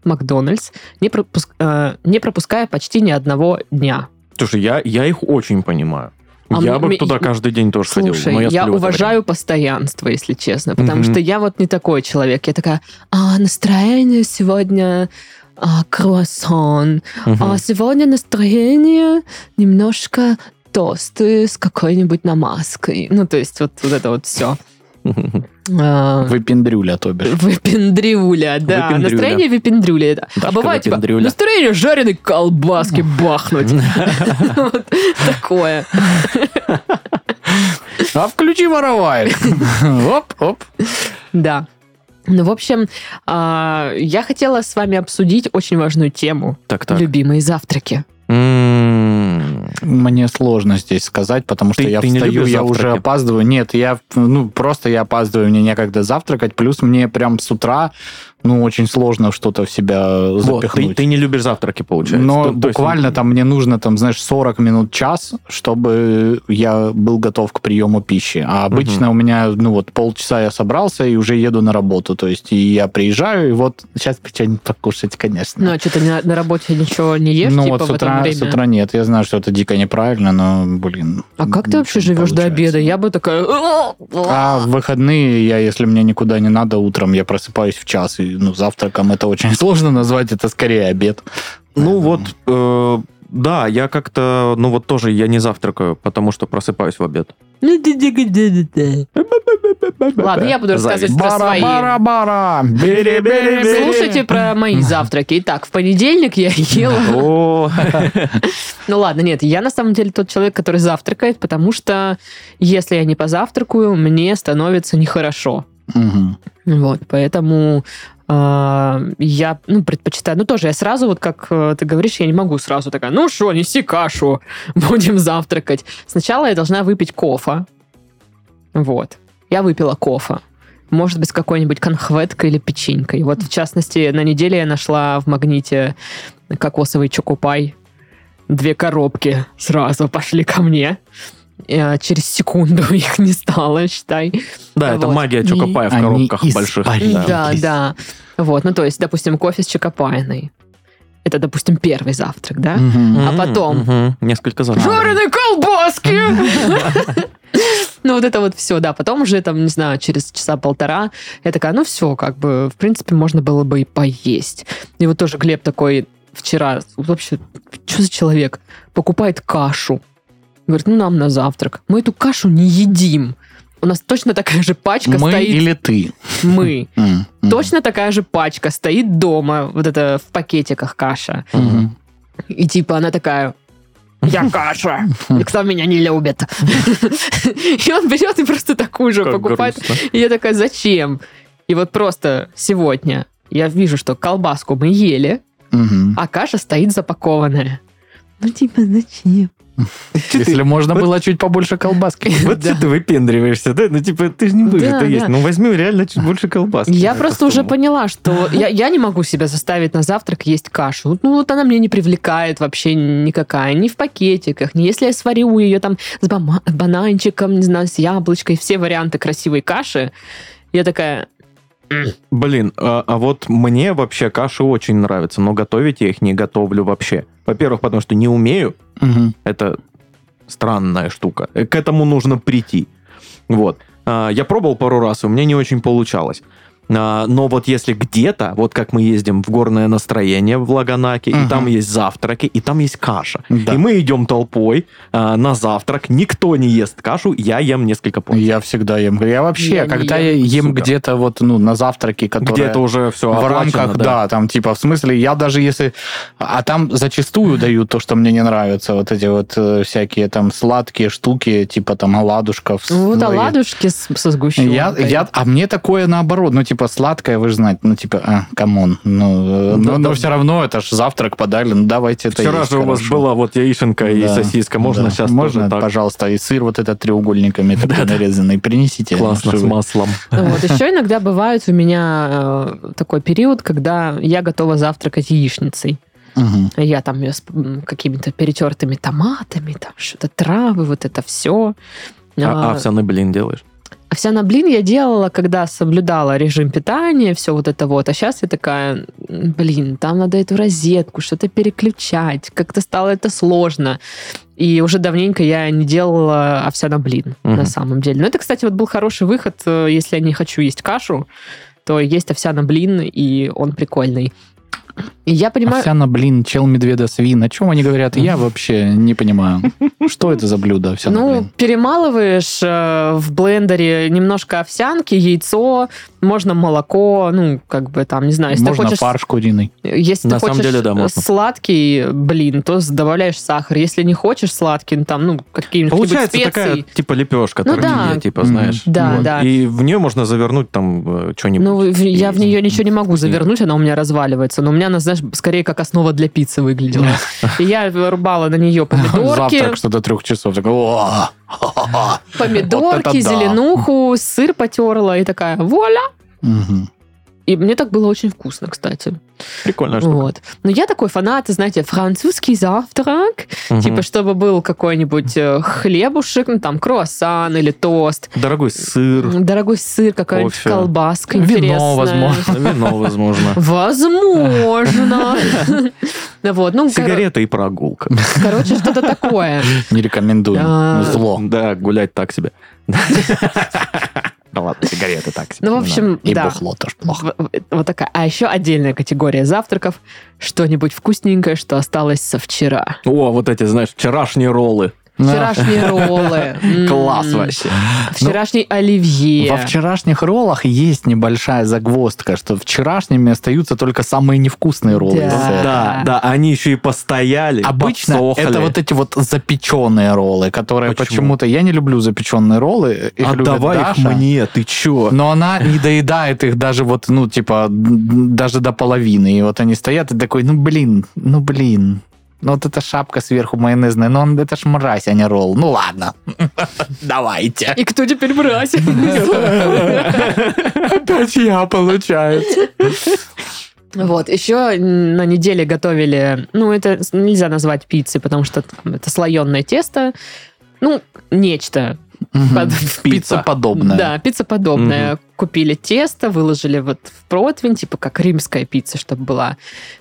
S1: Макдональдс, не, пропуск- э, не пропуская почти ни одного дня.
S2: Слушай, я, я их очень понимаю.
S1: А
S2: я
S1: мне-
S2: бы
S1: мне-
S2: туда каждый день тоже ходил.
S1: Слушай,
S2: но
S1: я,
S2: сплю в это
S1: уважаю постоянство, если честно, потому
S2: Мгм.
S1: что я вот не такой человек. Я такая, а настроение сегодня а, круассан,
S2: время. Мгм.
S1: а сегодня настроение немножко тосты с какой-нибудь намазкой. Ну, то есть вот, вот это вот все.
S2: Мгм.
S3: Выпендрюля,
S2: [LAUGHS]
S3: то бишь.
S1: Выпендрюля, да.
S2: Выпендрюля.
S1: Настроение выпендрюля. да.
S2: Дашка
S1: а бывает, типа,
S2: выпендрюля.
S1: настроение жареной колбаски
S2: [LAUGHS]
S1: бахнуть. [LAUGHS] Вот Такое.
S3: А
S2: [LAUGHS]
S3: включи воровай. Оп, оп.
S1: Да. Ну, в общем, а, я хотела с вами обсудить очень важную тему.
S2: [LAUGHS] Так, так.
S1: Любимые завтраки.
S2: М,
S3: Мне сложно здесь сказать, потому что
S2: Ты-
S3: я
S2: ты не
S3: встаю,
S2: любишь
S3: я
S2: завтраки?
S3: уже опаздываю. Нет, я ну просто я опаздываю, мне некогда завтракать. Плюс мне прям с утра ну очень сложно что-то в себя
S2: Вот, ты,
S3: запихнуть.
S2: ты не любишь завтраки, получается.
S3: Но
S2: То- то есть-
S3: буквально там мне нужно, там, знаешь, 40 минут, час, чтобы я был готов к приему пищи. А обычно у меня, ну вот, полчаса я собрался и уже еду на работу. То есть и я приезжаю, и вот сейчас бы что-нибудь покушать, конечно.
S1: Ну, а что, ты на, на работе ничего не ешь,
S3: ну
S1: типа,
S3: вот
S1: в
S3: с
S1: это
S3: утра,
S1: время?
S3: с утра нет. Я знаю, что это дико неправильно, но, блин.
S1: А как ты
S3: ничего
S1: вообще
S3: не
S1: живешь до
S3: получается.
S1: обеда? Я бы такая...
S3: А в выходные я, если мне никуда не надо, утром я просыпаюсь в час. [LAUGHS] И, ну, завтраком это очень сложно назвать, это скорее обед.
S2: Ну
S3: Поэтому-
S2: вот, э, да, я как-то, ну вот тоже я не завтракаю, потому что просыпаюсь в обед.
S1: ну, Ладно, я буду рассказывать про свои.
S3: Бара-бара-бара! Бери-бери-бери!
S1: Слушайте про мои завтраки. Итак, в понедельник я ела...
S2: О,
S1: Ну ладно, нет, я на самом деле тот человек, который завтракает, потому что если я не позавтракаю, мне становится нехорошо.
S3: Мгм.
S1: Вот, поэтому а, я ну, предпочитаю, ну тоже я сразу, вот как э, ты говоришь, я не могу сразу такая, ну что, неси кашу, [LAUGHS] будем завтракать. Сначала я должна выпить кофе. Вот. Я выпила кофе. Может быть, с какой-нибудь конхветкой или печенькой. Вот, в частности, на неделе я нашла в магните кокосовый чокупай. Две коробки сразу пошли ко мне. Э, Через секунду [LAUGHS] их не стало, считай.
S2: [LAUGHS] да, это
S1: Вот.
S2: магия
S1: И
S2: Чокопая в
S3: они
S2: коробках больших.
S3: испарились.
S2: Да.
S1: Да, да. Вот, ну то есть, допустим, кофе с чокопайной. Это, допустим, первый завтрак, да?
S3: Мгм.
S1: А потом?
S2: Мгм. Несколько завтраков.
S1: Жареные колбаски! [LAUGHS] Ну, вот это вот все, да. Потом уже, там, не знаю, через часа полтора я такая, ну, все, как бы, в принципе, можно было бы и поесть. И вот тоже Глеб такой вчера, вообще, что за человек? Покупает кашу. Говорит, ну, нам на завтрак. Мы эту кашу не едим. У нас точно такая же пачка
S3: Мы
S1: стоит.
S3: или ты?
S1: Мы.
S3: М, м.
S1: Точно такая же пачка стоит дома, вот это в пакетиках каша.
S3: Мгм.
S1: И типа она такая,
S2: [LAUGHS]
S1: я каша, никто меня не любит. И он берет и просто такую же
S2: Как
S1: покупает.
S2: грустно.
S1: И я такая, зачем? И вот просто сегодня я вижу, что колбаску мы ели,
S3: Мгм.
S1: а каша стоит запакованная. Ну типа, зачем? [LAUGHS]
S3: Если можно было чуть побольше колбаски.
S2: Вот
S1: Да.
S2: что ты выпендриваешься, да? Ну, типа, ты же не будешь
S1: Да,
S2: это есть.
S1: да.
S2: Ну, возьми реально чуть больше колбаски.
S1: Я
S2: на
S1: просто
S2: эту
S1: уже
S2: сумму.
S1: поняла, что я, я не могу себя заставить на завтрак есть кашу. Вот, Ну, вот она мне не привлекает вообще никакая. Ни в пакетиках, ни если я сварю ее там с бама- бананчиком, не знаю, с яблочкой. Все варианты красивой каши. Я такая,
S2: Блин, а, а вот мне вообще каши очень нравятся, но готовить я их не готовлю вообще. Во-первых, потому что не умею.
S3: Мгм.
S2: Это странная штука. Э, К этому нужно прийти. Вот. А, Я пробовал пару раз, и у меня не очень получалось. А, Но вот если где-то, вот как мы ездим в горное настроение в Лаганаке, и
S3: Мгм.
S2: там есть завтраки, и там есть каша.
S3: Да.
S2: И мы идем толпой а, на завтрак, никто не ест кашу, я ем несколько порций.
S3: Я всегда ем. Я вообще,
S1: Я не
S3: когда
S1: ем.
S3: я ем
S2: Сука.
S3: где-то вот ну на завтраке,
S2: Где
S3: которые
S2: это уже все
S3: в рамках, да. там типа в смысле я даже если, а там зачастую дают то, что мне не нравится, вот эти вот э, всякие там сладкие штуки, типа там оладушков.
S1: ну, вот
S3: ну, и-
S1: оладушки с- со сгущенкой.
S3: Я, я, а мне такое наоборот, ну, типа, сладкое, вы же знаете, ну, типа, а, камон, ну, э,
S2: Да,
S3: но,
S2: да.
S3: все равно это ж завтрак подали, ну, давайте это
S2: Вчера
S3: есть,
S2: же у вас
S3: хорошо.
S2: была вот яишенка и
S3: Да,
S2: сосиска. Можно
S3: да.
S2: сейчас
S3: Можно,
S2: тоже так?
S3: пожалуйста, и сыр вот этот треугольниками такой нарезанный принесите.
S2: Классно, с
S3: чтобы-
S2: маслом.
S1: Вот, еще иногда бывает у меня э, такой период, когда я готова завтракать яичницей.
S3: Мгм.
S1: Я там ее с м, какими-то перетертыми томатами, там что-то травы, вот это все. Ну,
S2: А овсяный блин делаешь?
S1: Овсяный А блин я делала, когда соблюдала режим питания, все вот это вот. А сейчас я такая, «М, блин, там надо эту розетку, что-то переключать. Как-то стало это сложно. И уже давненько я не делала овсяный блин,
S2: Мгм.
S1: на самом деле. Но это, кстати, вот был хороший выход, э, если я не хочу есть кашу, то есть овсяный блин, и он прикольный. И я понимаю...
S3: Овсяна, блин, чел, медведа, свин. О чем они говорят? Я вообще не понимаю. Что это за блюдо овсяна,
S1: ну,
S3: блин?
S1: перемалываешь э, в блендере немножко овсянки, яйцо, можно молоко, ну, как бы там, не знаю, если
S3: Можно
S1: ты хочешь,
S3: фарш куриный.
S1: если
S2: На
S1: ты
S2: самом
S1: хочешь
S2: деле, да, можно.
S1: сладкий блин, то с- добавляешь сахар. Если не хочешь сладкий, ну, там, ну, какие-нибудь
S2: Получается
S1: специи.
S2: такая, типа, лепешка,
S1: Ну
S2: тортилья,
S1: да.
S2: типа,
S3: Мгм.
S2: знаешь.
S1: Да,
S2: Вот.
S1: да.
S2: И в нее можно завернуть там э, что-нибудь.
S1: Ну, в- я в нее ничего не могу
S2: вкуснее.
S1: завернуть, она у меня разваливается. Но у меня она, знаешь, скорее как основа для пиццы
S2: [LAUGHS]
S1: выглядела. И я рубала на нее помидорки,
S3: Завтрак что-то трех часов. Так, о,
S1: [LAUGHS]
S3: ха-ха-ха.
S1: помидорки,
S3: Вот это да.
S1: зеленуху, сыр потерла и такая, вуаля!
S3: Мгм.
S1: И мне так было очень вкусно, кстати.
S2: Прикольная штука.
S1: Вот. Но я такой фанат, знаете, французский завтрак.
S2: Мгм.
S1: Типа, чтобы был какой-нибудь э, хлебушек, ну, там, круассан или тост.
S2: Дорогой сыр,
S1: Дорогой сыр, какая-нибудь
S2: Кофе.
S1: колбаска
S3: Вино,
S1: интересная.
S3: возможно.
S2: вино,
S1: [LAUGHS]
S2: возможно. [LAUGHS]
S1: Возможно. [LAUGHS] Ну Вот, ну, коро-
S2: Сигарета и
S3: [LAUGHS]
S2: прогулка.
S1: короче, что-то такое. А,
S3: Не рекомендую.
S1: Да.
S3: Зло.
S2: Да, гулять так себе. Да ладно, сигареты так. себе,
S1: Ну, в
S2: не
S1: общем,
S2: надо.
S3: И
S1: да.
S3: бухло тоже плохо.
S1: В- в- Вот такая. А еще отдельная категория завтраков. Что-нибудь вкусненькое, что осталось со вчера.
S2: О, вот эти, знаешь, вчерашние роллы.
S1: Вчерашние роллы. М.
S2: [LAUGHS] Класс вообще. Ну,
S1: Вчерашний оливье.
S3: Во вчерашних роллах есть небольшая загвоздка, что вчерашними остаются только самые невкусные роллы.
S1: Да.
S3: из этого.
S2: Да, да, они еще и постояли,
S3: Обычно
S2: подсохли.
S3: это вот эти вот запеченные роллы, которые
S2: Почему?
S3: почему-то... Я не люблю запеченные роллы. Их любит
S2: Отдавай их
S3: Даша. Ну.
S2: мне, ты чё?
S3: Но она не доедает их даже вот, ну, типа, м, даже до половины. И вот они стоят и такой, ну, блин, ну, блин. Ну, вот эта шапка сверху майонезная, но он, это ж мразь, а не ролл. Ну, ладно, [LAUGHS] давайте.
S1: И кто теперь брать?
S3: Опять я, получается.
S1: [LAUGHS] Вот, еще на неделе готовили, ну, это с- нельзя назвать пиццей, потому что там это слоеное тесто, ну, нечто. под-
S3: Пицца подобная.
S1: Да, пицца подобная. Купили тесто, выложили вот в противень, типа как римская пицца, чтобы была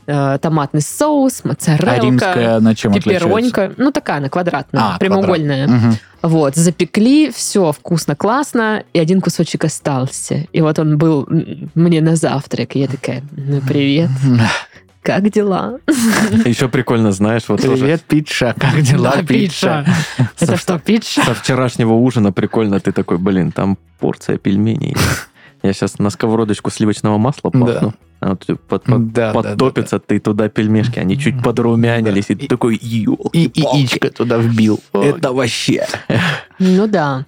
S1: э, томатный соус,
S3: А
S1: моцарелка,
S3: римская на чем отличается?
S1: пепперонька. Ну, такая она, квадратная,
S3: А,
S1: прямоугольная.
S3: Мгм.
S1: Вот, запекли, все вкусно, классно, и один кусочек остался. И вот он был м, мне на завтрак. И я такая, ну, привет, как дела?
S2: Еще прикольно, знаешь, вот тоже
S3: Привет, пицца. Как дела,
S1: Да,
S3: пицца?
S1: Это что, пицца?
S2: со вчерашнего ужина прикольно, ты такой, блин, там порция пельменей. Я сейчас на сковородочку сливочного масла
S3: Да.
S2: пахну. А вот под- под-
S3: Да, да, да,
S2: подтопится, ты туда пельмешки, они чуть
S3: Мгм.
S2: подрумянились, и
S3: Да.
S2: ты такой,
S3: И
S2: елки
S3: яичко туда вбил.
S2: это вообще.
S1: Ну да,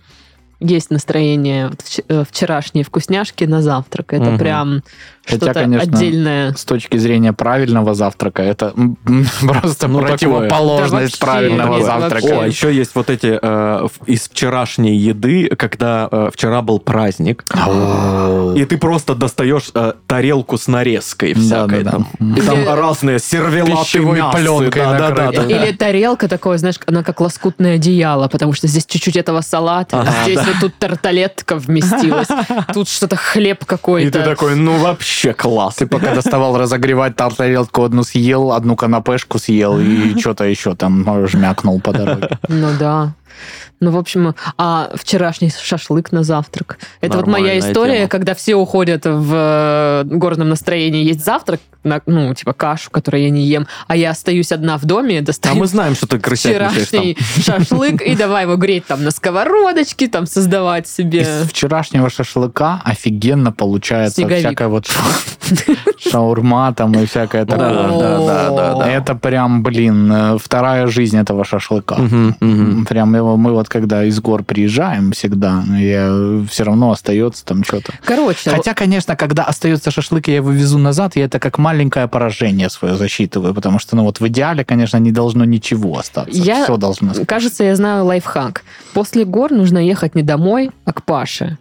S1: есть настроение вот вч- э, вчерашние вкусняшки на завтрак. Это
S2: Мгм.
S1: прям
S3: Хотя,
S1: что-то
S3: конечно,
S1: отдельное.
S3: с точки зрения правильного завтрака, это м, м, [LAUGHS] просто
S2: Ну,
S1: такое. Да
S3: противоположность
S1: вообще,
S3: правильного
S1: нет,
S2: О, а
S3: завтрака.
S1: вообще.
S2: еще есть вот эти э, в- из вчерашней еды, когда э, вчера был праздник,
S3: А О.
S2: и ты просто достаешь э, тарелку с нарезкой всякой
S3: да, да.
S2: там.
S3: Мгм.
S2: И там
S1: Или-
S2: разные сервелаты
S3: Пищевой
S2: мяса.
S3: пленкой
S2: Да, да, да,
S3: накрыто.
S2: да. [LAUGHS]
S1: Или тарелка такое, знаешь, она как лоскутное одеяло, потому что здесь чуть-чуть этого салата, а здесь вот тут тарталетка вместилась, тут что-то хлеб какой-то.
S2: И ты такой, ну вообще класс.
S3: Ты пока доставал разогревать, там тарелку одну съел, одну канапешку съел
S2: [LAUGHS]
S3: и что-то еще там ну, жмякнул по дороге.
S1: Ну да. Ну, в общем, а вчерашний шашлык на завтрак. Это вот моя
S2: Нормальная
S1: история,
S2: тема.
S1: когда все уходят в э, горном настроении есть завтрак, на- ну, типа кашу, которую я не ем, а я остаюсь одна в доме,
S2: А
S1: достаю
S2: мы знаем, что ты крысятничаешь там.
S1: вчерашний шашлык и давай его греть там на сковородочке, там создавать себе.
S3: Из вчерашнего шашлыка офигенно получается
S1: Снеговик.
S3: всякая вот ша-
S2: [LAUGHS]
S3: шаурма там и всякое
S2: Да,
S3: такое.
S2: да, да, да, да.
S3: Это прям, блин, э, вторая жизнь этого шашлыка.
S2: Мгм, мгм.
S3: Прям его, мы вот когда из гор приезжаем всегда, я, все равно остается там что-то.
S1: Короче,
S3: Хотя, конечно, когда остается шашлык, и я его везу назад, я это как маленькое поражение свое засчитываю, потому что, ну вот в идеале, конечно, не должно ничего остаться.
S1: Я-
S3: Все должно.
S1: [LAUGHS] кажется, я знаю лайфхак. После гор нужно ехать не домой, а к Паше.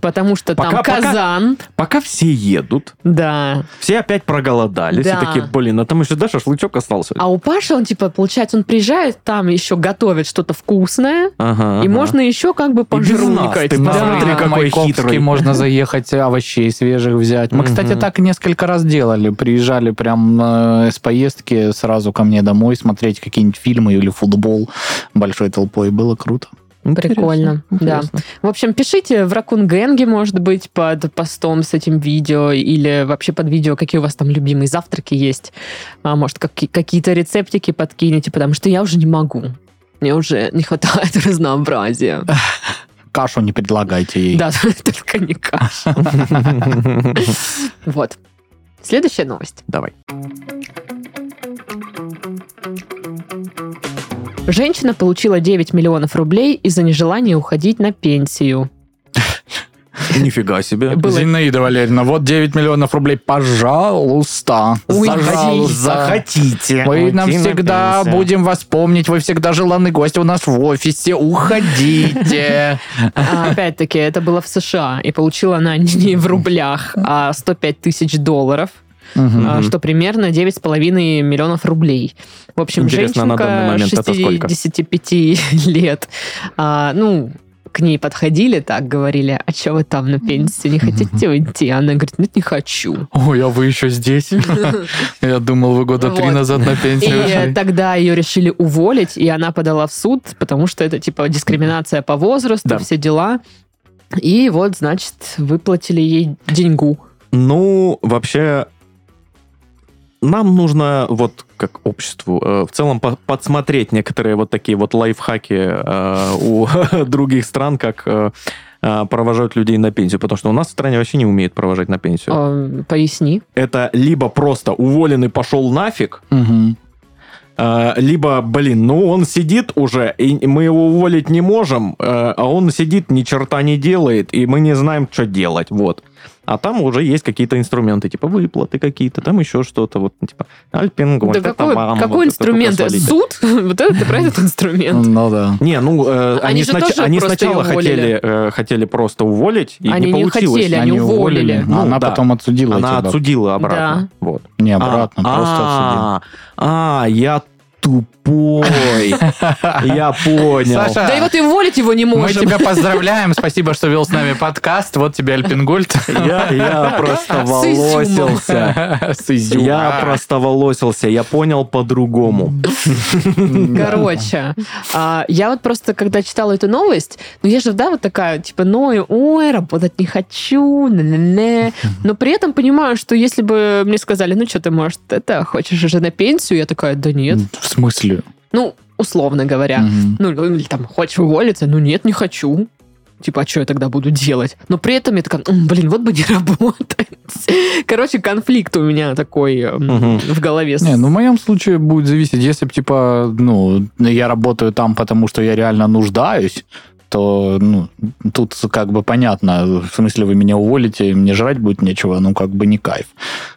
S1: Потому что там
S2: Пока- пока-
S1: казан.
S2: Пока все едут,
S1: Да.
S2: все опять проголодались,
S1: Да.
S2: и такие, блин, а там еще, да, шашлычок остался.
S1: А у Паши он, типа, получается, он приезжает, там еще готовит что-то вкусное,
S2: Ага,
S1: и
S2: ага.
S1: можно еще как бы
S2: без нас,
S1: пожрункать.
S2: ты посмотри,
S1: Да.
S2: как- какой хитрый.
S3: можно заехать, а, овощей свежих взять. Мы, кстати,
S2: Мгм.
S3: так несколько раз делали. Приезжали прям э, с поездки сразу ко мне домой смотреть какие-нибудь фильмы или футбол большой толпой. Было круто.
S2: Интересно,
S1: Прикольно, да.
S2: интересно.
S1: В общем, пишите в Ракун Гэнге, может быть, под постом с этим видео, или вообще под видео, какие у вас там любимые завтраки есть. А может, каки- какие-то рецептики подкинете, потому что я уже не могу. Мне уже не хватает [LAUGHS] разнообразия.
S3: Кашу не предлагайте ей.
S1: Да, [LAUGHS] только не каша.
S2: [LAUGHS]
S1: Вот. Следующая новость.
S2: Давай.
S1: Женщина получила 9 миллионов рублей из-за нежелания уходить на пенсию.
S2: Нифига себе.
S1: Было-
S3: Зинаида Валерьевна, вот 9 миллионов рублей, пожалуйста.
S1: Уйди.
S3: Пожалуйста.
S2: Захотите.
S3: Мы
S2: Уйти на
S3: навсегда
S2: пенсию.
S3: будем вас помнить. Вы всегда желанный гость у нас в офисе. [LAUGHS] Уходите.
S1: А, Опять-таки, это было в США, и получила она не в рублях, а 105 тысяч долларов, а,
S2: Мгм.
S1: что примерно 9,5 миллионов рублей. В общем,
S2: Интересно, а на данный
S1: женщинка
S2: момент это сколько?
S1: 65 [LAUGHS] лет, а, ну, к ней подходили так, говорили, а что вы там на пенсию, не хотите уйти? А Она говорит, нет, не хочу.
S3: Ой, а вы
S1: [LAUGHS]
S3: еще здесь? Я думал, вы года три
S1: Вот.
S3: назад на
S1: И
S3: пенсию
S1: э,
S3: ушли.
S1: тогда ее решили уволить, и она подала в суд, потому что это типа дискриминация по возрасту,
S2: Да.
S1: все дела. И вот, значит, выплатили ей деньгу.
S2: Ну, вообще, нам нужно, вот как обществу, э, в целом по- подсмотреть некоторые вот такие вот лайфхаки э, у [LAUGHS] других стран, как э, э, провожают людей на пенсию, потому что у нас в стране вообще не умеют провожать на
S3: Э.
S2: пенсию.
S1: А, поясни.
S2: Это либо просто уволен и пошел нафиг,
S3: Мгм.
S2: э, либо, блин, ну он сидит уже, и мы его уволить не можем, э, а он сидит, ни черта не делает, и мы не знаем, что делать, вот. А там уже есть какие-то инструменты, типа выплаты какие-то, там еще что-то, вот, типа, альпингу,
S1: да какой, какой инструмент? Суд? [LAUGHS] Вот это ты про этот инструмент.
S3: Ну да.
S2: Не, ну, э,
S1: Они
S2: они,
S1: же
S2: снач-
S1: тоже
S2: они
S1: просто
S2: сначала
S1: её уволили.
S2: хотели, э, хотели просто уволить, и
S1: Они
S2: не
S1: не
S2: получилось.
S1: хотели, они уволили.
S3: А
S2: Ну,
S3: она
S2: да.
S3: потом отсудила
S2: Она
S3: эти бабки.
S2: отсудила обратно. Вот.
S3: Не, обратно,
S2: А,
S3: просто
S2: а, А, я
S3: [LAUGHS]
S2: тупой. Я понял.
S3: Саша,
S1: Да и вот и уволить его не
S3: Мы
S1: можем.
S3: тебя поздравляем, спасибо, что вел с нами подкаст. Вот
S1: [LAUGHS]
S3: тебе Альпингольд
S2: Я, [LAUGHS] я просто
S1: С изюмом.
S2: волосился.
S3: [LAUGHS] с А. изюма.
S2: Я просто волосился, я понял по-другому.
S3: [LAUGHS]
S1: Короче, а, я вот просто, когда читала эту новость, ну я же, да, вот такая, типа, ною, ой, работать не хочу, не Но при этом понимаю, что если бы мне сказали, ну что ты, может, это, хочешь уже на пенсию? Я такая, да нет.
S3: В смысле?
S1: Ну, условно говоря.
S3: Мгм.
S1: Ну, или там, хочешь уволиться? Ну нет, не хочу. Типа, а что я тогда буду делать? Но при этом я такая, «М, блин, вот бы не [LAUGHS] работать. Короче, конфликт у меня такой эм,
S2: Мгм.
S1: в голове.
S3: Не, ну в моем случае будет зависеть, если бы, типа, ну, я работаю там, потому что я реально нуждаюсь, то, ну, тут как бы понятно, в смысле вы меня уволите, и мне жрать будет нечего, ну, как бы не кайф.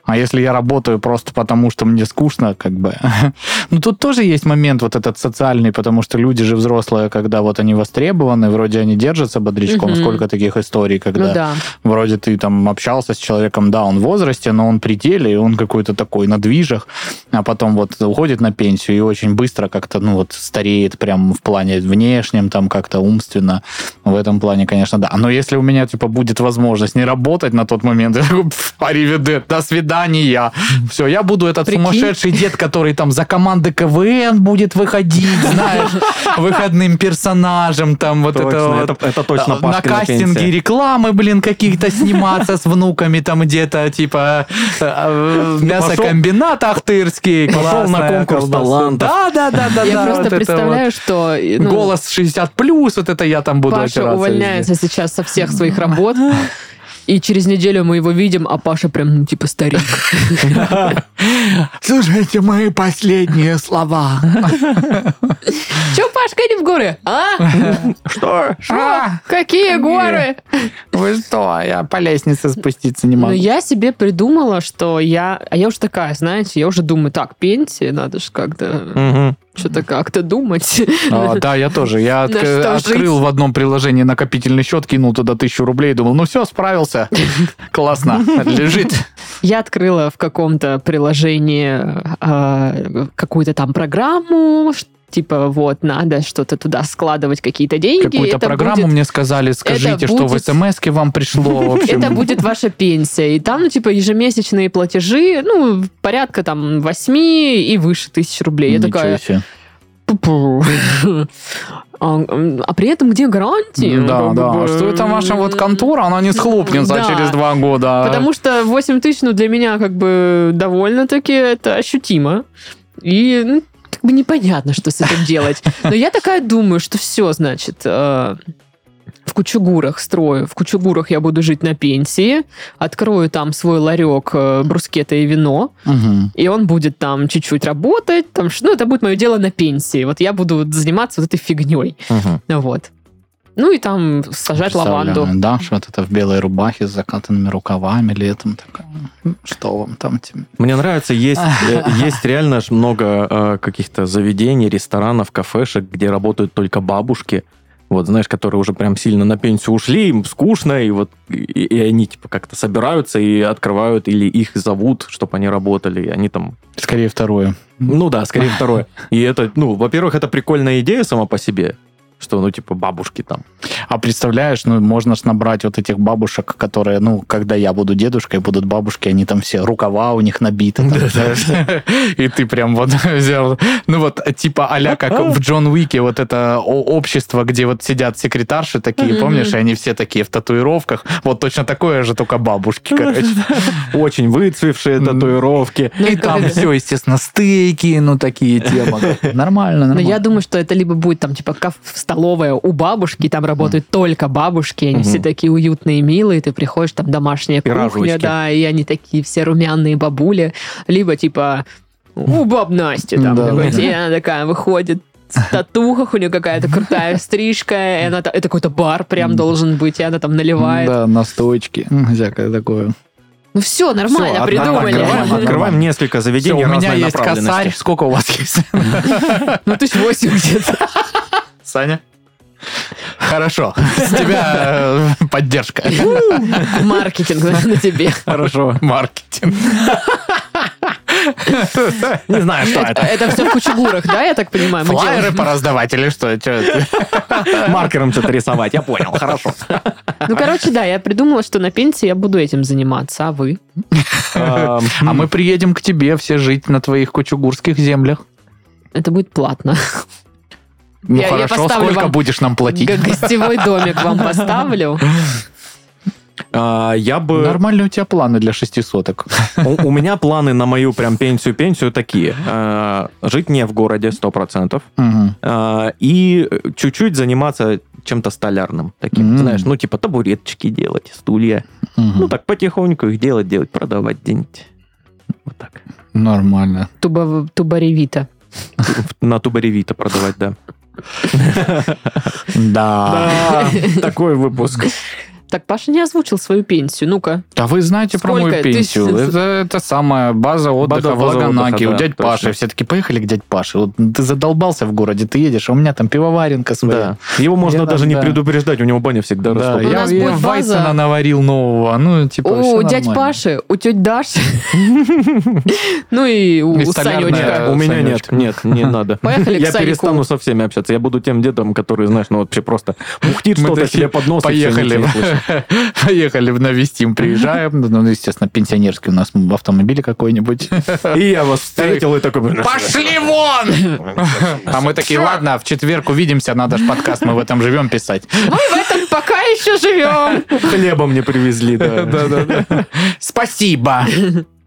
S3: А если я работаю просто потому, что мне скучно, как бы... [LAUGHS] Ну, тут тоже есть момент вот этот социальный, потому что люди же взрослые, когда вот они востребованы, вроде они держатся бодрячком,
S1: Мгм.
S3: сколько таких историй, когда
S1: Ну да.
S3: вроде ты там общался с человеком, да, он в возрасте, но он при деле, и он какой-то такой на движах, а потом вот уходит на пенсию и очень быстро как-то, ну вот, стареет прям в плане внешнем, там как-то умственно. В этом плане, конечно, да. Но если у меня, типа, будет возможность не работать на тот момент, я такой, «Пф, аривидет, до свидания. Все, я буду этот
S1: Прикинь.
S3: сумасшедший дед, который там за команды КВН будет выходить, знаешь, выходным персонажем, там вот
S2: Точно,
S3: это вот.
S2: это- это точно
S3: Да, на
S2: Пашкина
S3: кастинге
S2: пенсия.
S3: рекламы, блин, [LAUGHS] каких-то сниматься с внуками там где-то, типа э, э, мясокомбинат Ахтырский.
S2: пошел на
S3: классная
S2: конкурс
S3: колбаса.
S2: талантов.
S3: Да, да, да, да.
S1: Я
S3: да,
S1: просто
S3: вот это
S1: представляю, что
S3: вот.
S1: э, ну,
S3: Голос 60 плюс, вот это я там буду
S1: Паша
S3: опираться
S1: увольняется сейчас со всех
S3: [LAUGHS]
S1: своих работ. И через неделю мы его видим, а Паша прям, ну, типа, старик.
S3: [LAUGHS] везде. Слушайте мои последние [LAUGHS] слова.
S1: Че, Пашка, не в горы?
S3: [LAUGHS]
S1: А?
S2: Что?
S1: Шо? Какие горы?
S3: А, Вы что, я по лестнице спуститься не
S1: Ну,
S3: могу.
S1: я себе придумала, что я... А я уже такая, знаете, я уже думаю, так, пенсия, надо же как-то...
S2: Мгм.
S1: Что-то как-то думать. [LAUGHS]
S3: [LAUGHS] А, да, я тоже. Я
S1: На
S3: отк-
S1: что
S3: открыл
S1: жить?
S3: в одном приложении накопительный счет, кинул туда тысячу рублей, думал, ну все, [LAUGHS] справился. Классно, лежит.
S1: Я открыла в каком-то приложении э, какую-то там программу, ш- типа вот надо что-то туда складывать какие-то деньги.
S3: Какую-то
S1: это
S3: программу
S1: будет-
S3: мне сказали, скажите, что
S1: будет-
S3: в смс-ке вам пришло. в общем.
S1: [LAUGHS] Это будет ваша пенсия. И там, ну, типа, ежемесячные платежи, ну, порядка там 8 и выше тысяч рублей. Я
S3: Ничего
S1: такая...
S3: себе.
S1: «Пу-пу». А м, а при этом где гарантии?
S3: Да,
S1: Как
S3: да.
S1: бы,
S3: Что это ваша вот контора,
S1: [LAUGHS]
S3: она не схлопнется
S1: ну, Да.
S3: через два года.
S1: Потому что 8 тысяч, ну, для меня как бы довольно-таки это ощутимо. И ну, как бы непонятно, что с этим делать. Но я такая думаю, что все, значит, э, в Кучугурах строю. В Кучугурах я буду жить на пенсии. Открою там свой ларек э, брускета и вино.
S3: Мгм.
S1: И он будет там чуть-чуть работать. Там, ш- ну, это будет мое дело на пенсии. Вот я буду вот заниматься вот этой фигней.
S2: Мгм.
S1: Вот. Ну и там сажать
S3: Представляю,
S1: лаванду.
S3: Да, что вот это в белой рубахе с закатанными рукавами летом. такая, Что вам там? тебе?»
S2: Мне нравится, есть, [LAUGHS] э, есть реально ж много э, каких-то заведений, ресторанов, кафешек, где работают только бабушки. Вот, знаешь, которые уже прям сильно на пенсию ушли, им скучно, и вот и, и они типа как-то собираются и открывают, или их зовут, чтобы они работали, и они там
S3: Скорее второе.
S2: Ну да, скорее второе. И это, ну, во-первых, это прикольная идея сама по себе. Что, ну, типа, бабушки там.
S3: А представляешь, ну, можно ж набрать вот этих бабушек, которые, ну, когда я буду дедушкой, будут бабушки, они там все, рукава у них набиты. там, знаешь. [LAUGHS] И ты прям вот [LAUGHS] взял, ну, вот типа а как в Джон Уике, вот это о- общество, где вот сидят секретарши такие,
S1: Мгм.
S3: помнишь, и они все такие в татуировках. Вот точно такое же, только бабушки, [LAUGHS] короче.
S2: Очень выцвевшие
S3: Мгм.
S2: татуировки.
S1: Ну,
S3: И
S1: это-
S3: там все, естественно, стейки, ну,
S1: [LAUGHS]
S3: такие темы.
S1: Но
S3: Нормально,
S2: Ну,
S3: нормально.
S1: Ну, я думаю, что это либо будет там типа кафе, столовая у бабушки, и там работают только бабушки, и они
S2: Мгм.
S1: все такие уютные, милые, ты приходишь, там домашняя кухня,
S2: рожочки.
S1: да, и они такие все румяные бабули, либо типа у баб Насти там,
S3: Да.
S1: какой-то, и она такая выходит в татухах, у нее какая-то крутая стрижка, и она, та- это какой-то бар прям
S3: Мгм.
S1: должен быть, и она там наливает.
S3: Да, настойки, м, всякое такое.
S1: Ну все, нормально,
S2: Всё, от-
S1: придумали.
S2: Открываем, открываем несколько
S3: Всё,
S2: заведений
S3: у меня
S2: разной
S3: есть
S2: направленности.
S3: косарь. Сколько у вас есть?
S1: Ну тысяч восемь где-то.
S3: [LAUGHS] Саня? [LAUGHS] Хорошо. С тебя э, поддержка.
S1: Маркетинг на тебе.
S3: Хорошо. Маркетинг.
S2: Не знаю, что это.
S3: [LAUGHS]
S1: Это все в кучегурах, да, я так понимаю? мы
S3: Флайеры
S1: делаем?
S3: пораздавать или что? Чё это?
S2: Маркером что-то рисовать, я понял, хорошо.
S1: Ну, короче, да, я придумала, что на пенсии я буду этим заниматься, а вы?
S2: Эм,
S3: А мы приедем к тебе все жить на твоих кучугурских землях.
S1: Это будет платно.
S3: Ну
S1: Я- я
S3: хорошо,
S1: поставлю
S3: сколько
S1: вам
S3: будешь нам платить?
S1: Г- Гостевой домик вам поставлю.
S2: а, Я бы...
S3: Нормально у тебя планы для шестисоток.
S2: У у меня планы на мою прям пенсию-пенсию такие. Э, Жить не в городе, 100%.
S3: Мгм.
S2: а, и чуть-чуть заниматься чем-то столярным таким,
S3: М.
S2: знаешь, ну типа табуреточки делать, стулья, ну
S3: Мгм.
S2: так потихоньку их делать, делать, продавать где-нибудь. Вот так.
S3: Нормально.
S1: Туба- Тубаревита.
S2: На тубаревита продавать, да. А.
S3: Да.
S2: [LAUGHS] такой выпуск.
S1: Так, Паша не озвучил свою пенсию. Ну-ка.
S3: Да вы знаете про
S1: Сколько?
S3: мою пенсию.
S1: Тысяч-
S3: Это, это самая база отдыха
S2: База-
S3: в
S2: база
S3: Лаганаке
S2: отдыха,
S3: у
S2: да,
S3: дядь
S2: точно.
S3: Паши. Все-таки поехали к дядь Паше. Вот ты задолбался в городе, ты едешь, а у меня там пивоваренка
S2: Да.
S3: своя.
S2: Его можно
S3: Я
S2: даже
S3: там,
S2: не
S3: да.
S2: предупреждать, у него баня всегда
S3: Да,
S2: растоплена.
S1: У
S3: я,
S1: нас
S3: я
S1: будет база.
S3: Вайсона наварил нового. Ну, типа,
S1: У
S3: всё
S1: дядь
S3: нормально.
S1: Паши, у теть
S2: [LAUGHS]
S1: Даши. Ну и у
S3: И столярная.
S1: Санечка.
S2: Э, У меня нет,
S3: Санечка.
S2: нет, не надо.
S1: Поехали к
S2: Я
S1: Саньку.
S2: перестану со всеми общаться. Я буду тем дедом, который, знаешь, ну вообще просто бухтит
S3: Мы
S2: что-то
S3: такие,
S2: себе под нос. и всё,
S3: Поехали,
S2: ничего не
S3: [LAUGHS]
S2: слышит.
S3: поехали навестим, приезжаем. Ну, естественно, пенсионерский у нас
S2: [LAUGHS]
S3: автомобиль какой-нибудь.
S2: И я вас встретил и такой... блин,
S3: Пошли вон! А мы такие, ладно, в четверг увидимся, надо ж подкаст, мы в этом живем писать.
S1: Мы в этом пока еще живем.
S2: Хлеба мне привезли, да.
S3: [LAUGHS] Спасибо. [LAUGHS]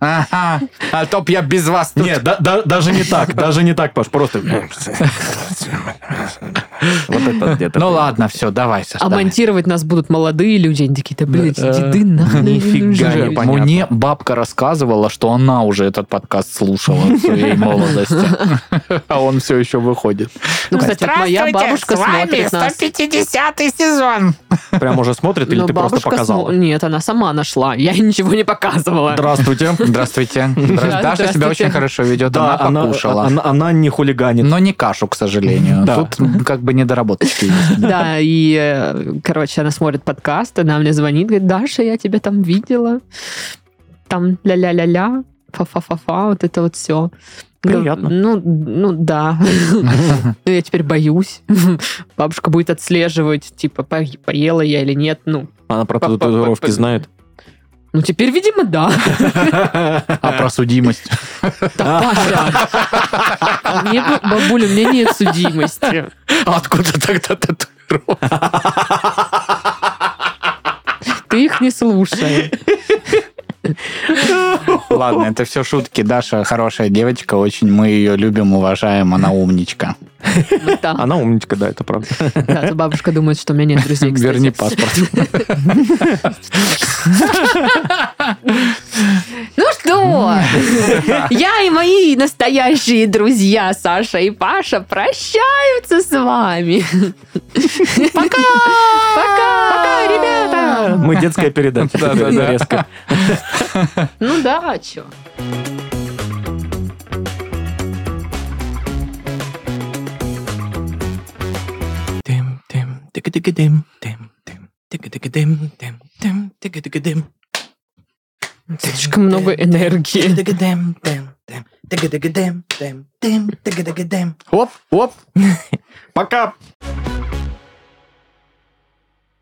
S3: Ага, а то б я без вас тут.
S2: Нет, да- да- даже не так, даже не так, Паш, просто... Вот это где-то.
S3: Ну ладно, все, давай, Саш,
S1: А
S3: давай.
S1: монтировать нас будут молодые люди. Они такие, да, блядь,
S2: Да.
S1: деды нам не
S2: Э, Нифига
S1: нужны».
S2: не понятно.
S3: Мне бабка рассказывала, что она уже этот подкаст слушала в [LAUGHS] своей молодости. А он все еще выходит.
S1: Ну, кстати, вот моя бабушка смотрит нас.
S3: 150 сезон.
S2: Прям уже смотрит или
S1: Но
S2: ты просто
S1: бабушка
S2: показал?
S1: смо- Нет, она сама нашла. Я ей ничего не показывала.
S2: Здравствуйте.
S3: [LAUGHS] Здравствуйте.
S1: Да,
S3: Даша себя
S1: здравствуйте.
S3: очень хорошо ведет. Она покушала.
S2: она- она не хулиганит.
S3: Но не кашу, к сожалению.
S2: Да.
S3: Тут как бы [LAUGHS] недоработочки есть.
S1: Да, и, э, короче, она смотрит подкаст, она мне звонит, говорит, Даша, я тебя там видела. Там ля-ля-ля-ля, фа-фа-фа-фа, вот это вот все.
S2: Приятно.
S1: Ну, ну да. Ну, я теперь боюсь. Бабушка будет отслеживать, типа, по- поела я или нет. Ну,
S2: Она про
S1: Па-па-па-па.
S2: татуировки знает.
S1: ну теперь, видимо, да. [LAUGHS]
S3: А про [LAUGHS] судимость?
S1: Да, Паша. Мне, бы- бабуля, у меня нет судимости.
S3: А Откуда тогда татуировка?
S1: Ты их не слушай.
S3: Ладно, это все шутки. Даша хорошая девочка, очень мы ее любим, уважаем, она умничка.
S1: Ну, да.
S2: Она умничка, да, это правда.
S1: Да, то бабушка думает, что у меня нет друзей, кстати.
S3: Верни паспорт.
S1: Ну что, я и мои настоящие друзья Саша и Паша прощаются с вами. Пока! Пока, ребята!
S2: [LAUGHS] Мы детская передача. [LAUGHS]
S3: Да-да-да.
S2: Нарезка.
S1: Ну да, чё.
S4: Dim dim digga digga dim dim dim digga digga dim dim dim digga digga dim.
S1: Слишком много энергии.
S4: Digga dim dim dim digga digga dim dim dim digga digga dim.
S3: Оп, оп.
S2: Пока.